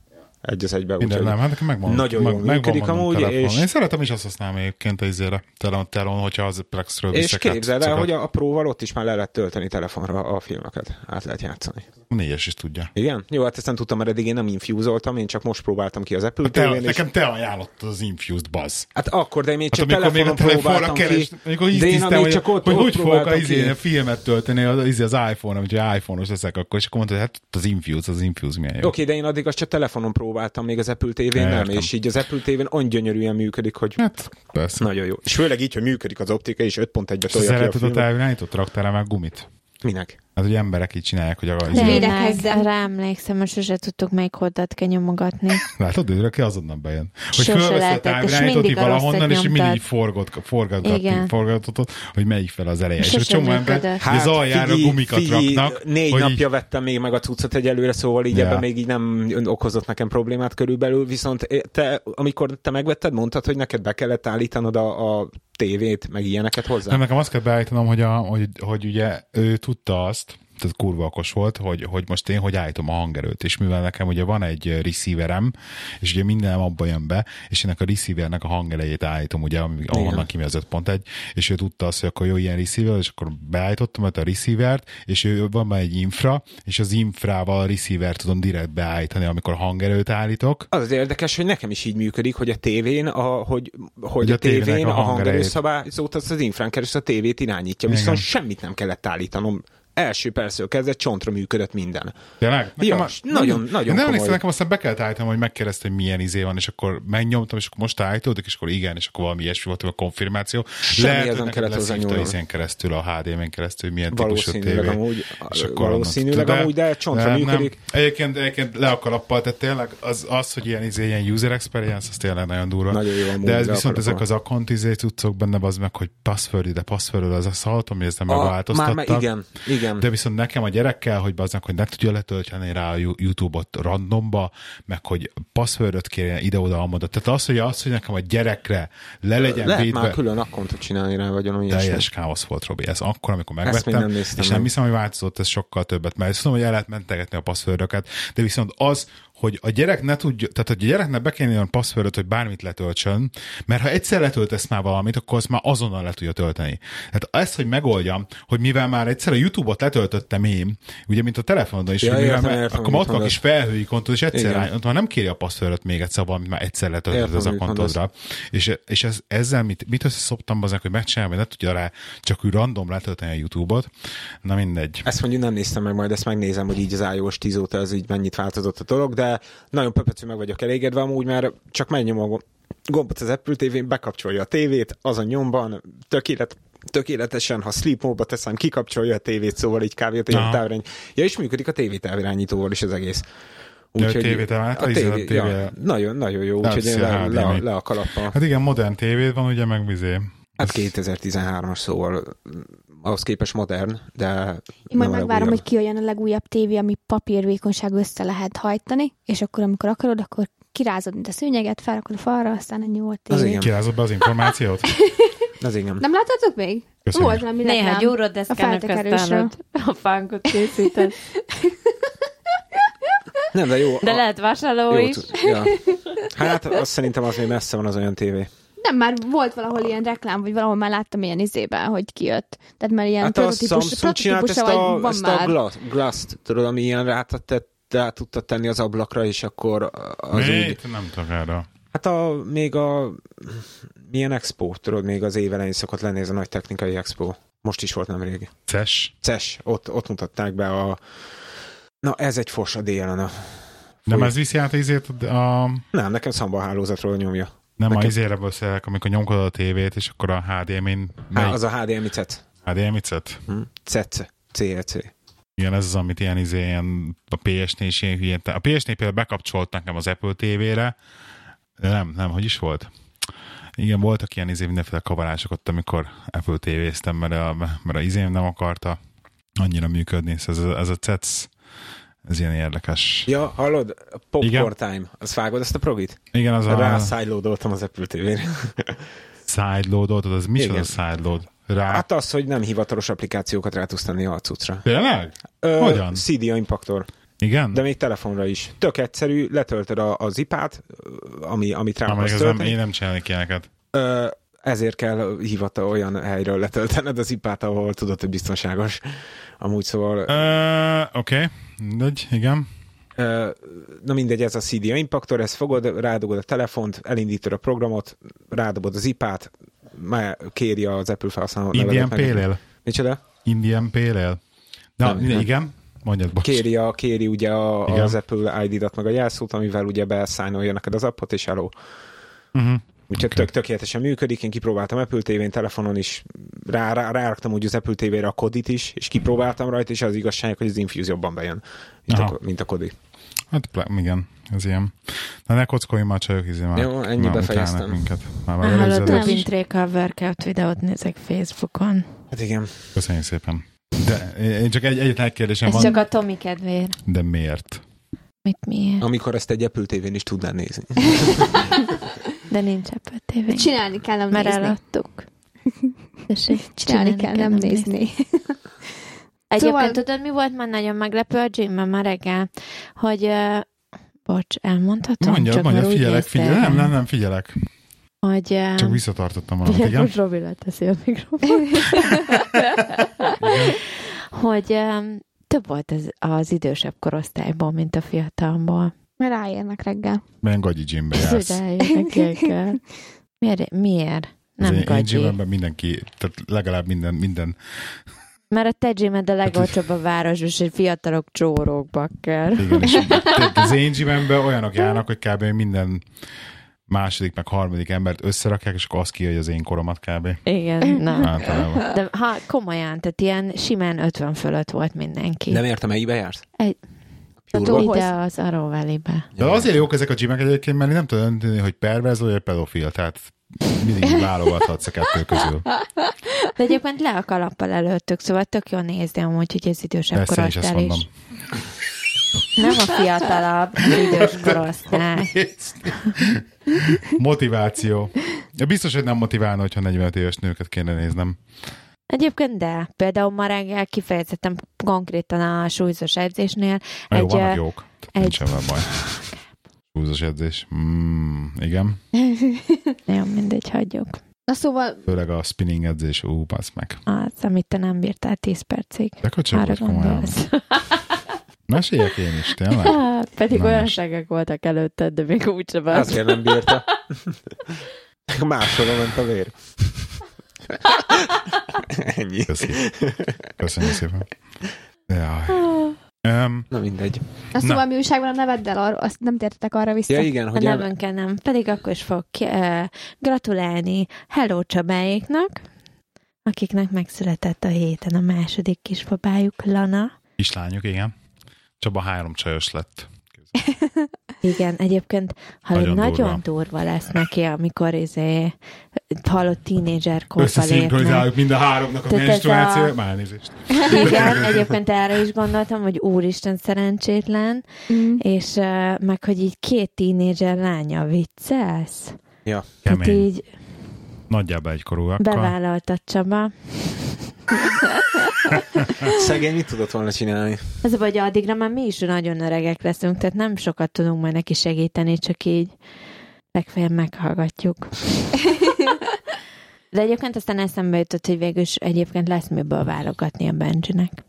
Egy az egybe. Minden, úgyhogy- nem, hát nekem megvan. Nagyon meg, jól megvan működik mondom amúgy, telefonon. és- Én szeretem is azt használni egyébként a izére, telon, telon, hogyha az Plexről hát És visszakát- képzeld el, szokat- hogy a, a próval ott is már le lehet tölteni telefonra a filmeket. Át lehet játszani. Négyes is tudja. Igen? Jó, hát ezt nem tudtam, mert eddig én nem infúzoltam, én csak most próbáltam ki az Apple Hát Te, tv és... nekem te ajánlottad az Infused Buzz. Hát akkor, de én még Hát csak amikor még a telefonon telefonra próbáltam keres, ki. amikor de én hisztisztem, amíg hogy, csak ott, hogy ott hogy fogok próbáltam az, izé- ki. a filmet tölteni az, izé az iPhone-on, hogyha iPhone-os leszek akkor, és akkor mondtad, hát az Infuse, az Infuse milyen jó. Oké, de én addig azt csak telefonon próbáltam, még az Apple tv nem, Értem. és így az Apple tv olyan gyönyörűen működik, hogy Hát, persze. nagyon jó. És főleg így, hogy működik az optika, és 5.1-be És az tolja ki a szeretet a filmet. távirányított raktál el már gumit. Minek? Hát, hogy emberek így csinálják, hogy a Nem, izé, Védek meg, ezzel. Rá emlékszem, mert sose tudtuk, melyik hoddat kell nyomogatni. Látod, őre ki azonnal bejön. Hogy Sose fölveszed a lehetett, és távirányítót így mindig a rosszat valahonnan, és így mindig nyomtad. így forgott, forgatgattunk, Igen. forgatottott, hogy melyik fel az eleje. És Sose egy csomó ember működött. hogy az aljára Hát figyelj, gumikat figyelj, raknak. Négy hogy így- napja vettem még meg a cuccot egyelőre, szóval így Ja. ebben még így nem okozott nekem problémát körülbelül, viszont eh, te, amikor te megvetted, mondtad, hogy neked be kellett állítanod a, a tévét, meg ilyeneket hozzá. Nem, Nem, nekem azt kell beállítanom, hogy, a, hogy, hogy ugye ő tudta azt, tehát kurva okos volt, hogy, hogy most én hogy állítom a hangerőt, és mivel nekem ugye van egy ö, receiverem, és ugye minden abba jön be, és ennek a receivernek a hangerejét állítom, ugye, ami- ahonnan Igen. kivezet pont egy, és ő tudta azt, hogy akkor jó ilyen receiver, és akkor beállítottam ezt a receivert, és ő van már egy infra, és az infrával a receiver tudom direkt beállítani, amikor hangerőt állítok, az az érdekes, hogy nekem is így működik, hogy a tévén, a, hogy, hogy Ugye a, a tévének tévén a a, hangerejét. hangerőszabályzót, azt az infrán keresztül a tévét irányítja, viszont Igen. semmit nem kellett állítanom. Első percről kezdve csontra működött minden. Tényleg? Ja, nagyon- nagyon Nem komoly. emlékszem, nekem aztán be kellett állítanom, hogy megkérdeztem, hogy milyen izé van, és akkor megnyomtam, és akkor most állítódik, és akkor igen, és akkor valami ilyesmi volt, a konfirmáció. ez nem hogy neked kellett hozzá leszívta nyúlnom. izén keresztül, a HDMI-n keresztül, hogy milyen típusú Valószínűleg tévé. amúgy, És akkor valószínűleg annak- amúgy, de csontra nem, működik. Nem. Egyébként, egyébként le a kalappal, tehát tényleg az, az hogy ilyen, izé, ilyen user experience, az tényleg nagyon durva. Nagyon jó amúgy, de ez le a viszont kalappal. ezek az account izé cuccok benne, az meg, hogy password ide, password az azt hallottam, hogy ezt nem már, már, megváltoztattak. igen, igen. De viszont nekem a gyerekkel, hogy baznak, hogy ne tudja letölteni rá a Yu- YouTube-ot randomba, meg hogy passwordot kérjen ide-oda, amoda. Tehát az, hogy az, hogy nekem a gyerekre le legyen Lehet védve. már külön akkontot csinálni rá, vagy olyan ilyesmi. Teljes káosz volt, Robi. Ez akkor, amikor még megvettem, nem és néztem nem meg. hiszem, hogy változott ez sokkal többet, mert azt tudom, hogy el lehet mentegetni a passzvördöket, de viszont az, hogy a gyerek ne tudja, tehát hogy a gyereknek be kell olyan passzvördöt, hogy bármit letöltsön, mert ha egyszer letöltesz már valamit, akkor azt már azonnal le tudja tölteni. Tehát ezt, hogy megoldjam, hogy mivel már egyszer a YouTube-ot letöltöttem én, ugye, mint a telefonon is, Ja, hogy mivel értem, már- értem, akkor már ott amit van a kis felhőikontod, és egyszer Igen. rá, ott már nem kéri a passzvördöt még egyszer, valamit már egyszer letöltöd Értem, az amit mondasz. akontodra rá. És, és ez, ezzel mit, mit összeszoptam aznak, hogy megcsinálom, hogy ne tudja rá, csak úgy random letölteni a YouTube-ot. Na mindegy. Ezt mondjuk nem néztem meg, majd ezt megnézem, hogy így az iOS 10 óta ez így mennyit változott a dolog, de nagyon pöpecű meg vagyok elégedve amúgy, mert csak megnyom a gom- gombot az Apple tv bekapcsolja a tévét, az a nyomban, tökélet, tökéletesen, ha sleep módba teszem, kikapcsolja a tévét, szóval így kávé a tévé Aha. távirány. Ja, és működik a tévé távirányítóval is az egész. Ja, Úgyhogy- a tévét emelte, a izé, a tévé, tévé- ja, nagyon, nagyon jó, Nem úgyhogy én szia le, le, a- HDMI. le a kalappal. Hát igen, modern tévéd van, ugye, meg vizé. Hát 2013-as, szóval mm, ahhoz képest modern, de Én nem majd a megvárom, legújabb. hogy kijöjjön a legújabb tévé, ami papírvékonyság össze lehet hajtani, és akkor, amikor akarod, akkor kirázod, mint a szőnyeget, felrakod a falra, aztán ennyi volt Az tévé. igen. Kirázott be az információt? Az igen. Nem láttátok még? Köszönjük. Volt valami Néha reklám. gyúrodeszkának aztán feltekerésről. ott a fánkot készített. Nem, de jó. De a- lehet vásárló jó, is. tud- ja. Hát azt szerintem az még messze van az olyan tévé. Nem, már volt valahol ilyen reklám, vagy valahol már láttam ilyen izében, hogy kijött. Tehát már ilyen hát a prototípus, Samsung csinált ezt prototípusa a, vagy van ezt a már. glass, glass-t, tudod, ami ilyen rátett rá tudta tenni az ablakra, és akkor az úgy... Mit? Nem tudok erre. Hát a, még a... Milyen expo, tudod, még az év elején szokott lenni ez a nagy technikai expo. Most is volt nemrég. Ces. CES, ott, ott mutatták be a... Na, ez egy fos a DLNA. Nem Fúj. ez viszi át izét a... Nem, nekem szamba a hálózatról nyomja. Nem a Nekem- izére beszélek, amikor nyomkod a tévét, és akkor a HDMI-n... Há, Melyik az a HDMI CET. HDMI-cet? E Hm? E CET. CEC. Igen, ez az, amit ilyen, izé, ilyen a PS4 is ilyen hülyén. A PS4 például bekapcsolt nekem az Apple TV-re, de nem, nem, hogy is volt? Igen, voltak ilyen izé mindenféle kavarások ott, amikor Apple TV-ztem, mert a, mert a izém nem akarta annyira működni. Szóval ez, a- ez a CETS, ez ilyen érdekes. Ja, hallod? Popcorn Igen. time. Az vágod ezt a progit? Igen, az a Rászájlódoltam az Apple TV-re. sideload az micsoda Igen. sideload? Rá... Hát az, hogy nem hivatalos applikációkat rá tudsz tenni a cuccra. Tényleg? Ö, Hogyan? CD impaktor. Igen? De még telefonra is. Tök egyszerű, letöltöd a, az ipát, ami, amit rá Amelyik akarsz az nem, tölteni. én nem csinálnék ilyeneket. Ö, ezért kell hivata olyan helyről letöltened az ipát, ahol tudod, hogy biztonságos. Amúgy szóval, Ö, Oké, mindegy, igen. ö, na mindegy, ez a CD impaktor, ezt fogod, rádugod a telefont, elindítod a programot, rádobod az ipát, már kéri az Apple felhasználó Indian nevedet meg. Pale Ale. Micsoda? Indian Pale Ale. Na, Nem, minden, nem. igen, mondjad, bocs. Kéri, a, kéri ugye a, Igen. az Apple ID-dat, meg a jelszót, amivel ugye beszájnolja neked az appot, és eló. Uh-huh. Úgyhogy Oké. okay. tök tökéletesen működik, én kipróbáltam Apple TV-n, telefonon is, rá, rá, ráraktam úgy az Apple TV-re a kodit is, és kipróbáltam rajta, és az igazság, hogy az Infuse jobban bejön, mint, Aha. a, mint a kodi. Hát plá- igen, ez ilyen. Na ne kockoljunk már csajok izé már. Jó, ennyi, már befejeztem. utálnak minket. Már Már hallott a előzőleg. nem. Wintréka workout videót nézek Facebookon. Hát igen. Köszönjük szépen. De én csak egy, egyetlen egy kérdésem Ez van, csak a Tomi kedvéért. de miért? Mit miért? Amikor ezt egy Apple TV-n is tudnál nézni. De nincs Apple TV. Csinálni kell, nem Mert nézni. eladtuk. Tessék, Csinálni kell, nem nézni. Egyébként Szóval- szóval... tudod, mi volt már nagyon meglepő a gymben már reggel, hogy uh, bocs, elmondhatom? Mondja, csak mondja, már úgy figyelek, néztél figyelek. Nem, rám, nem, nem, figyelek. Hogy, uh, Csak visszatartottam valamit, Ugye, igen. most Robi leteszi a mikrofon. hogy um, több volt az, az idősebb korosztályból, mint a fiatalból. Szóval Mert ráérnek reggel. Milyen gagyi gymbe Yes. jársz. miért? miért? Ez Nem én- Én gagyi. gymben mindenki, tehát legalább minden, minden. Mert a te gymed Hát a legolcsóbb a városban, és egy fiatalok csórók bakker. Igen, és tehát az én gymben olyanok járnak, hogy kb. minden második, meg harmadik embert összerakják, és akkor az ki, hogy az én koromat kb. Igen, na. Általában. De ha komolyan, tehát ilyen simán 50 fölött volt mindenki. Nem értem, melyikbe jársz? Egy- Pure-ba? Tóhoz. Ide az Aróvelibe. De Ja. azért jók ezek a gymek egyébként, mert nem tudod dönteni, hogy perverz vagy vagy pedofil, tehát mindig így válogathatsz a kettő közül. De egyébként le a kalappal előttük, szóval tök jó nézni amúgy, hogy az idősebb Persze, én is ezt korosztály mondom. is. Nem a fiatalabb, az idős korosztály. Motiváció. Ja, biztos, hogy nem motiválna, hogyha 45 éves nőket kéne néznem. Egyébként de, például ma reggel kifejezetten konkrétan a súlyzós edzésnél Na jó, egy, vannak eh, jók. Tehát egy- nincs ebben baj. Húzós edzés. Mm, igen. nagyon mindegy, hagyjuk. Na szóval, Főleg a spinning edzés. Ú, bassz meg. Az, amit te nem bírtál 10 percig. De kocsai Arra vagy komolyan. gondolsz. Meséljek én is, tényleg? Hát, Ah, Pedig Na most. olyanságok voltak előtted, de még úgyse van. Azért nem bírta. Máshol ment a vér. Ennyi. Köszi. Köszönjük szépen. Jaj. Ah. Um, Na mindegy. na szóval mi újság van a neveddel, arra, azt nem tértetek arra vissza. Ja igen, A hogy el, nevünkkel nem. Pedig akkor is fogok uh, gratulálni Hello Csabáéknak, akiknek megszületett a héten a második kisbabájuk, Lana. kislányok, igen. Csaba három csajos lett. Igen, egyébként hallom, Nagyon nagyon, durva. nagyon durva. lesz neki, amikor izé, hallott tínédzser korba lépnek. Összeszinkronizáljuk mind a háromnak a Tehát ez menstruációja. a- Hát Már elnézést. Igen, egyébként erre is gondoltam, hogy úristen szerencsétlen, Mm. és uh, meg, hogy Hát így két tínédzser lánya viccelsz. Tehát Kemény. így nagyjából egykorúakkal. Bevállaltad, Csaba. Szegény mit tudott volna csinálni? Az a baj, hogy addigra már mi is nagyon öregek leszünk, tehát nem sokat tudunk majd neki segíteni, csak így legfeljebb meghallgatjuk. De egyébként aztán eszembe jutott, hogy végül is egyébként lesz miből válogatni a Benjinek.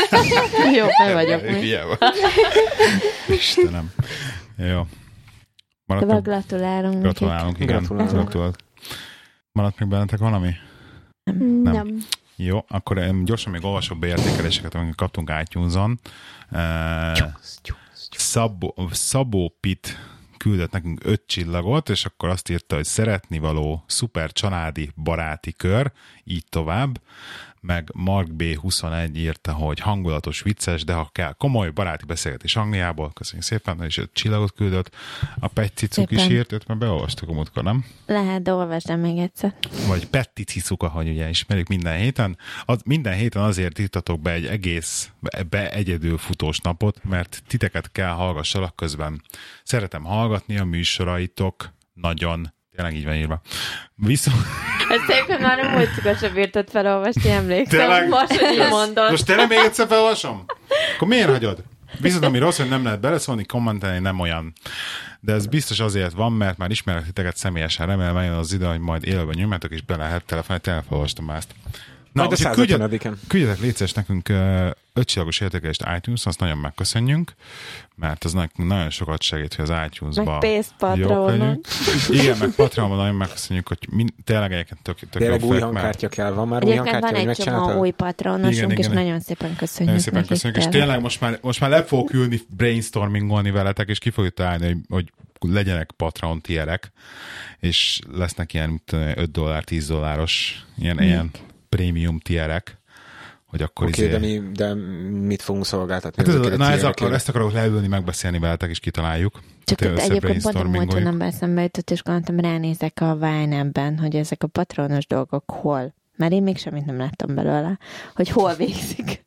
Jó, fel vagyok még. Hiába. Istenem. Jó. Szóval Maradt meg, gratulálunk. nekik. gratulálunk, igen. Gratulálunk. Gratulálunk. Maradt még bennetek valami? Nem. Nem. Jó, akkor em, gyorsan még olvasok be értékeléseket, amiket kaptunk iTunes-on. Eh, Szabó, Szabó Pit küldött nekünk öt csillagot, és akkor azt írta, hogy szeretnivaló, szuper családi, baráti kör, így tovább. Meg Mark B21 írta, hogy hangulatos, vicces, de ha kell, komoly baráti beszélgetés Angliából. Köszönjük szépen, és öt csillagot küldött. A Petty Cuk is Szépen. írt, őt már beolvastuk a múltkor, nem? Lehet, de olvasd még egyszer. vagy Petti Cicuka, hogy ugye ismerjük minden héten. Az, minden héten azért írtatok be egy egész, be- be egyedül futós napot, mert titeket kell hallgassalak közben. Szeretem hallgatni a műsoraitok nagyon. Tényleg így van írva. Viszont... Ezt szépen már a múltkor sem bírtad felolvasni, emlékszem. Tényleg? Most, hogy mondod. Most tényleg még egyszer felolvasom? Akkor miért hagyod? Viszont ami rossz, hogy nem lehet beleszólni, kommentelni nem olyan. De ez biztos azért van, mert már ismerek titeket személyesen, remélem eljön az ide, hogy majd élőben nyomjátok, és be lehet telefonálni, tényleg felolvastam már ezt. Na, Majd a úgyhogy küldjön- 150-en. Küldjetek légy szíves nekünk ö, ötcsillagos értékelést iTunes, azt nagyon megköszönjünk, mert az nekünk nagyon sokat segít, hogy az iTunes-ba Meg pénzt Patreonon. jók legyünk. Igen, meg Patreonban nagyon megköszönjük, hogy mind, tényleg egyébként tök, tök Tényleg jó új fejek, mert hangkártya kell. Van már új Egyébként hangkártya, van hogy egy csomó megcsináltad? új patronosunk, Igen, és igen. nagyon szépen köszönjük Nagyon szépen nekik, köszönjük, és tényleg. tényleg most már, most már le fogok ülni brainstormingolni veletek, és ki fogjuk találni, hogy, hogy legyenek Patreon tierek, és lesznek ilyen mit tudom én, 5 dollár, 10 dolláros ilyen, ilyen prémium tierek, hogy akkor Oké, izé... de, mi, de mit fogunk szolgáltatni? Hát ez, ezekért a na ez cégekért? akar, ezt akarok leülni, megbeszélni veletek, és kitaláljuk. Csak Tényleg itt egyébként pont a múlt összebrainstormingoljuk. hónapban eszembe jutott, és gondoltam, ránézek a Vájnemben, hogy ezek a patronos dolgok hol. Mert én még semmit nem láttam belőle, hogy hol végzik.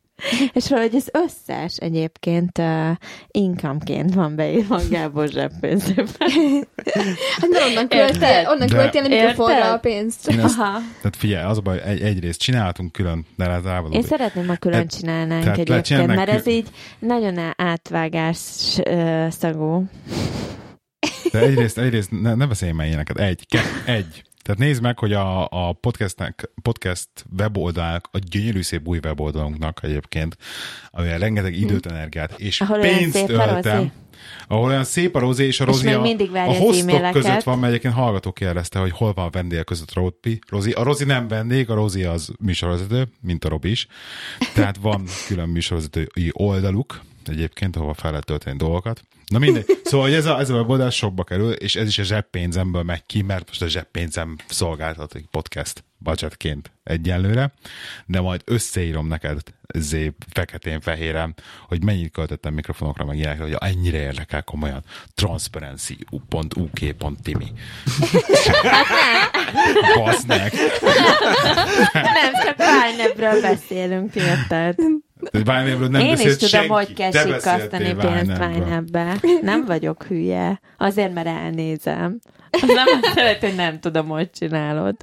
És valahogy ez összes egyébként uh, incomeként van beírva a Gábor zseppénzében. Hát de onnan Érted? költél, onnan De- költél, amikor Érted? forra a pénzt. Én ezt, Aha. tehát figyelj, az a baj, egy, egyrészt csináltunk külön, de ez Én elvaló. szeretném, ha külön Tehát- csinálnánk Hát, tehát egyébként, lecsinálnak mert ez kül- így nagyon átvágás ö, szagú. De egyrészt, egyrészt ne, ne beszélj már ilyeneket. Egy, ke- egy. Tehát nézd meg, hogy a, a podcastnek, podcast weboldalnak, a gyönyörű szép új weboldalunknak egyébként, amivel rengeteg időt, energiát és Mhm. Ahol olyan pénzt szép a öltem. Rozi. Ahol olyan szép a Rozi, és a Rozi még a, mindig várja a az hostok e-maileket. között van, mert egyébként hallgató kérdezte, hogy hol van a vendégek között Robi. Rozi. A Rozi nem vendég, a Rozi az műsorvezető, mint a Robi is. Tehát van külön műsorvezetői oldaluk, egyébként, ahova fel lehet tölteni dolgokat. Na mindegy. Szóval hogy ez a, ez a weboldal sokba kerül, és ez is a zseppénzemből megy ki, mert most a zseppénzem szolgáltat egy podcast budgetként egyenlőre, de majd összeírom neked zé feketén-fehéren, hogy mennyit költöttem mikrofonokra, meg ilyenekre, hogy ennyire érdekel komolyan. Transparency.uk.timi Basz meg! Nem, csak Vájnebről beszélünk, ti érted? Vájnébről nem Én is beszélt tudom, senki. hogy Te kell beszéltél sikasztani pénzt Vájnebről. Vájnebbe. Nem vagyok hülye. Azért, mert elnézem. Az nem azt jelenti, hogy nem tudom, hogy csinálod.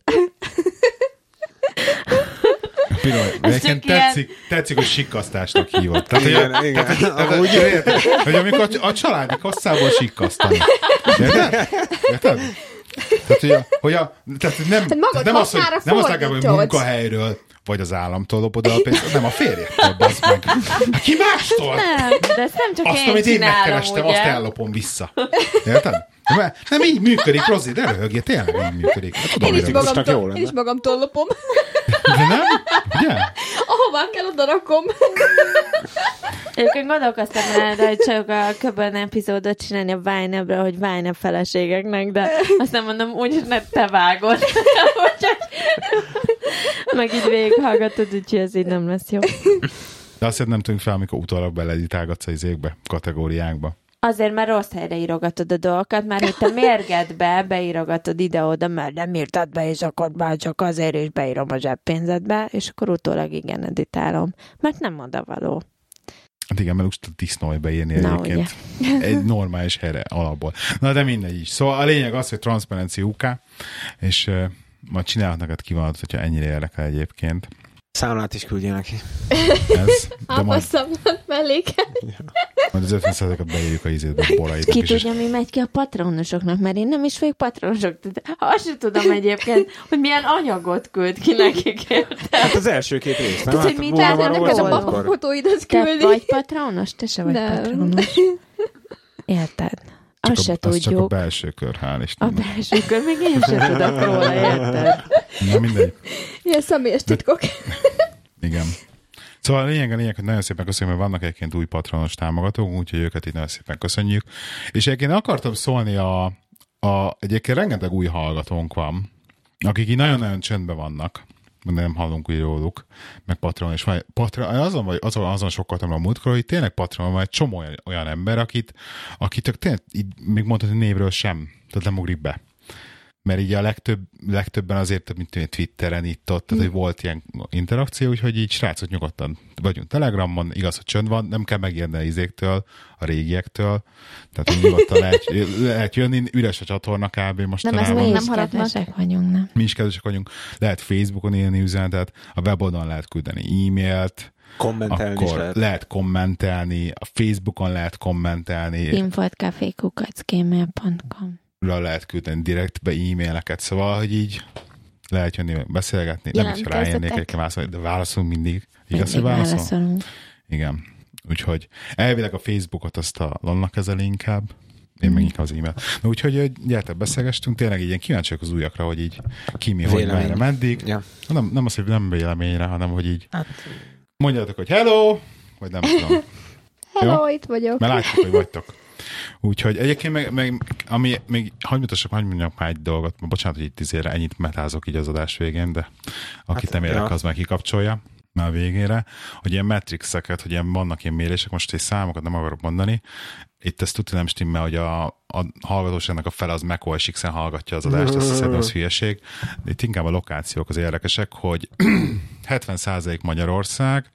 Pillanat, Nekem csak ilyen- tetszik, tetszik, hogy sikkasztásnak hívott. Tehát, hogy Igen, igen. Tehát, hogy, érted? hogy amikor a, a családi kasszából sikkasztani. Érted? Érted? Tehát, hogy, a, hogy a, tehát nem, tehát magad nem az, hogy, hasznára nem az legalább, hogy fordítod. munkahelyről vagy az államtól lopod el a pénzt, nem a férjektől, bazd meg. Hát Ki mástól? Nem, de ezt nem csak Azt, én amit én csinálom, megkerestem, azt ugye? ellopom vissza. Érted? Nem, nem így működik, Rozi, de röhögj, tényleg így működik. Hát tudom, Én is, hogy röhögsz. magamtól- jó magamtól, lenne. én is magamtól lopom. De nem? Ugye? Ahová kell, oda rakom. Egyébként gondolkoztam rá, hogy csak a köbön epizódot csinálni a Vájnebről, hogy Vájneb feleségeknek, de aztán mondom, úgyis ne te vágod. Úgyhogy- Meg így végighallgatod, úgyhogy ez így nem lesz jó. De azt nem tűnünk fel, amikor utólag beleditálgatsz az égbe, kategóriákba. Azért, mert rossz helyre írogatod a dolgokat, mert hogy te mérged be, beírogatod ide-oda, mert nem írtad be, és akkor már csak azért is beírom a zseppénzedbe, és akkor utólag igen, editálom. Mert nem oda való. Hát igen, mert úgy tud disznói beírni Na, egyébként. Egy normális helyre alapból. Na de mindegy is. Szóval a lényeg az, hogy transzparenci UK, és ö, Majd csinálok neked kivonatot, hogyha ennyire érdekel egyébként. Számlát is küldje neki. Ez, de majd, Ápasszabnak melléke. majd az 50 et beírjuk a izétbe, a boraidat Ki is. és- tudja, mi megy ki a patronosoknak, mert én nem is vagyok patronosok. de Azt sem tudom egyébként, hogy milyen anyagot küld ki nekik. érted? Hát az első két rész, nem? Tehát, Hát, hogy mit volna várnak valahol neked Neked a volt papa akkor. fotóidat Te küldi. vagy patronos? Te se vagy Nem. patronos. Érted? Azt se Csak a, az csak a tudjuk. belső kör, hál' A Istennek. belső kör, még én sem tudok róla, érted? Na mindegy. Ilyen személyes titkok. Igen. Szóval a lényeg a lényeg, hogy nagyon szépen köszönjük, mert vannak egyébként új patronos támogatók, úgyhogy őket így nagyon szépen köszönjük. És egyébként akartam szólni a, a egyébként rengeteg új hallgatónk van, akik így nagyon-nagyon csöndben vannak, mert nem hallunk úgy róluk, meg patron, és van, patron, azon, vagy, azon, azon sokkoltam a múltkor, hogy tényleg patron van egy csomó olyan, olyan ember, akit, akit tök tényleg így még mondhatni névről sem, tehát nem ugrik be mert így a legtöbb, legtöbben azért, mint én Twitteren itt ott, Mm. tehát, hogy volt ilyen interakció, úgyhogy így srácok nyugodtan vagyunk Telegramon, igaz, hogy csönd van, nem kell megijedni a izéktől, a régiektől, tehát így nyugodtan lehet, lehet jönni, üres a csatorna kb. Nem, ez mostanában. Mi Nem is haladnak. kedvesek vagyunk, nem? Mi is kedvesek vagyunk, lehet Facebookon írni üzenetet, a weboldalon lehet küldeni e-mailt, Kommentelni is akkor lehet. lehet. lehet kommentelni, a Facebookon lehet kommentelni, Infotkafékukacgmail.com le lehet küldeni direktbe e-maileket, szóval, hogy így lehet jönni, beszélgetni, nem is Jelentkezzetek. rájönnék egy válaszolni, de válaszolunk mindig. Igaz, Mindig hogy válaszol? válaszolunk. Igen. Úgyhogy elvileg a Facebookot azt a Lonna kezeli inkább, én meg inkább az e-mail. Na, úgyhogy ö, gyertek, beszélgestünk, tényleg így ilyen kíváncsiak az újakra, hogy így ki mi, hogy Vélemény. merre, meddig. Ja. Nem, nem az, hogy nem véleményre, hanem hogy így mondjátok, hogy hello, vagy nem tudom. Hello, itt vagyok. Mert látjuk, hogy vagytok. Úgyhogy egyébként meg, meg ami még, hagyd mutassak, hagyd mondjak már egy dolgot, bocsánat, hogy itt izére ennyit metázok így az adás végén, de akit Hát, hát, nem érdekel, ja. az meg kikapcsolja már a végére, hogy ilyen matrixeket, hogy ilyen vannak ilyen mérések, most egy számokat nem akarok mondani, itt ezt tudni nem stimmel, hogy a, a hallgatóságnak a fele az Mac OS X-en hallgatja az adást, ezt szerintem az hülyeség. Itt inkább a lokációk az érdekesek, hogy 70% Magyarország,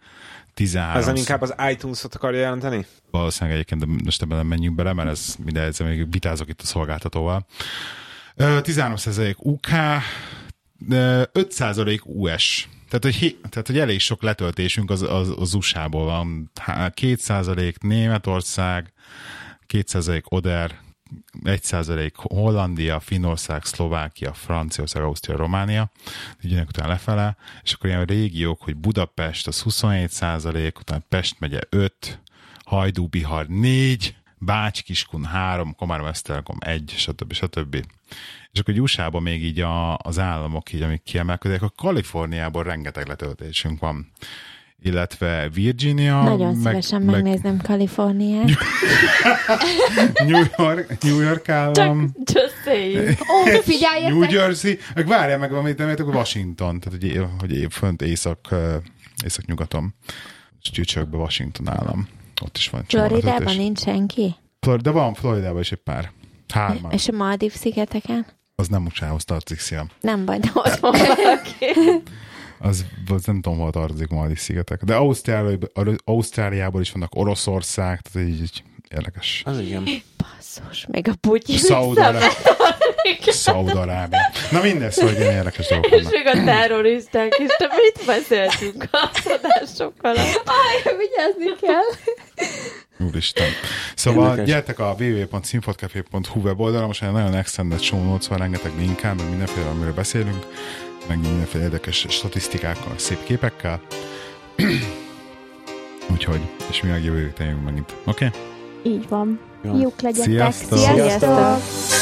13 Ezzel inkább az iTunes-ot akarja jelenteni? valószínűleg egyébként, de most ebben nem menjünk bele, mert ez minden egyszer még vitázok itt a szolgáltatóval. Ö, 13% UK, ö, 5% US. Tehát hogy, hi- tehát, hogy elég sok letöltésünk az, az, az USA-ból van. Há- 2% Németország, 2% Oder, 1% Hollandia, Finnország, Szlovákia, Franciaország, Ausztria, Románia, így jönnek utána lefele, és akkor ilyen régiók, hogy Budapest az 27%, utána Pest megye 5, Hajdú, Bihar 4, Bács, Kiskun 3, Komárom, Esztergom 1, stb. stb. És akkor USA-ban még így a, az államok így, amik kiemelkednek, a Kaliforniában rengeteg letöltésünk van illetve Virginia, Nagyon szívesen megnézem Kaliforniát. New York, New York állam. Just saying. Ó, figyeljetek! New Jersey, meg várjál meg, amit nem értek, Washington, tehát hogy, é- hogy é- fönt észak, ö, észak-nyugaton, és csücsökbe Washington állam. Ott is van egy csomó Floridában letöltés. nincs senki? Flor- De van Floridában is egy pár. Hárman. És a Maldív szigeteken? Az nem usa tartozik, szia. Nem baj, de ott van valaki. Az, az nem tudom, hol tartozik Maldiv szigetek. De Ausztráliában, Ausztráliában is vannak Oroszország, tehát így, így érdekes. Az igen. Basszus, még a putyi Szaudarábia. Szaudarábia. Na mindez, szóval ilyen érdekes dolgok és vannak. még a terroristák is, de mit beszéltünk a szadások alatt? Aj, vigyázni kell. Úristen. Szóval Érdekes. Érdekes. gyertek a www.színfotkafé.hu weboldalra, most már nagyon extended show notes van, rengeteg linkkel, meg mindenféle, amiről beszélünk, meg mindenféle érdekes statisztikákkal, szép képekkel. Úgyhogy, és mi meg jövő héten jövünk megint. Oké? Okay? Így van. Jó. Jók legyetek. Sziasztok. Sziasztok. Sziasztok. Sziasztok.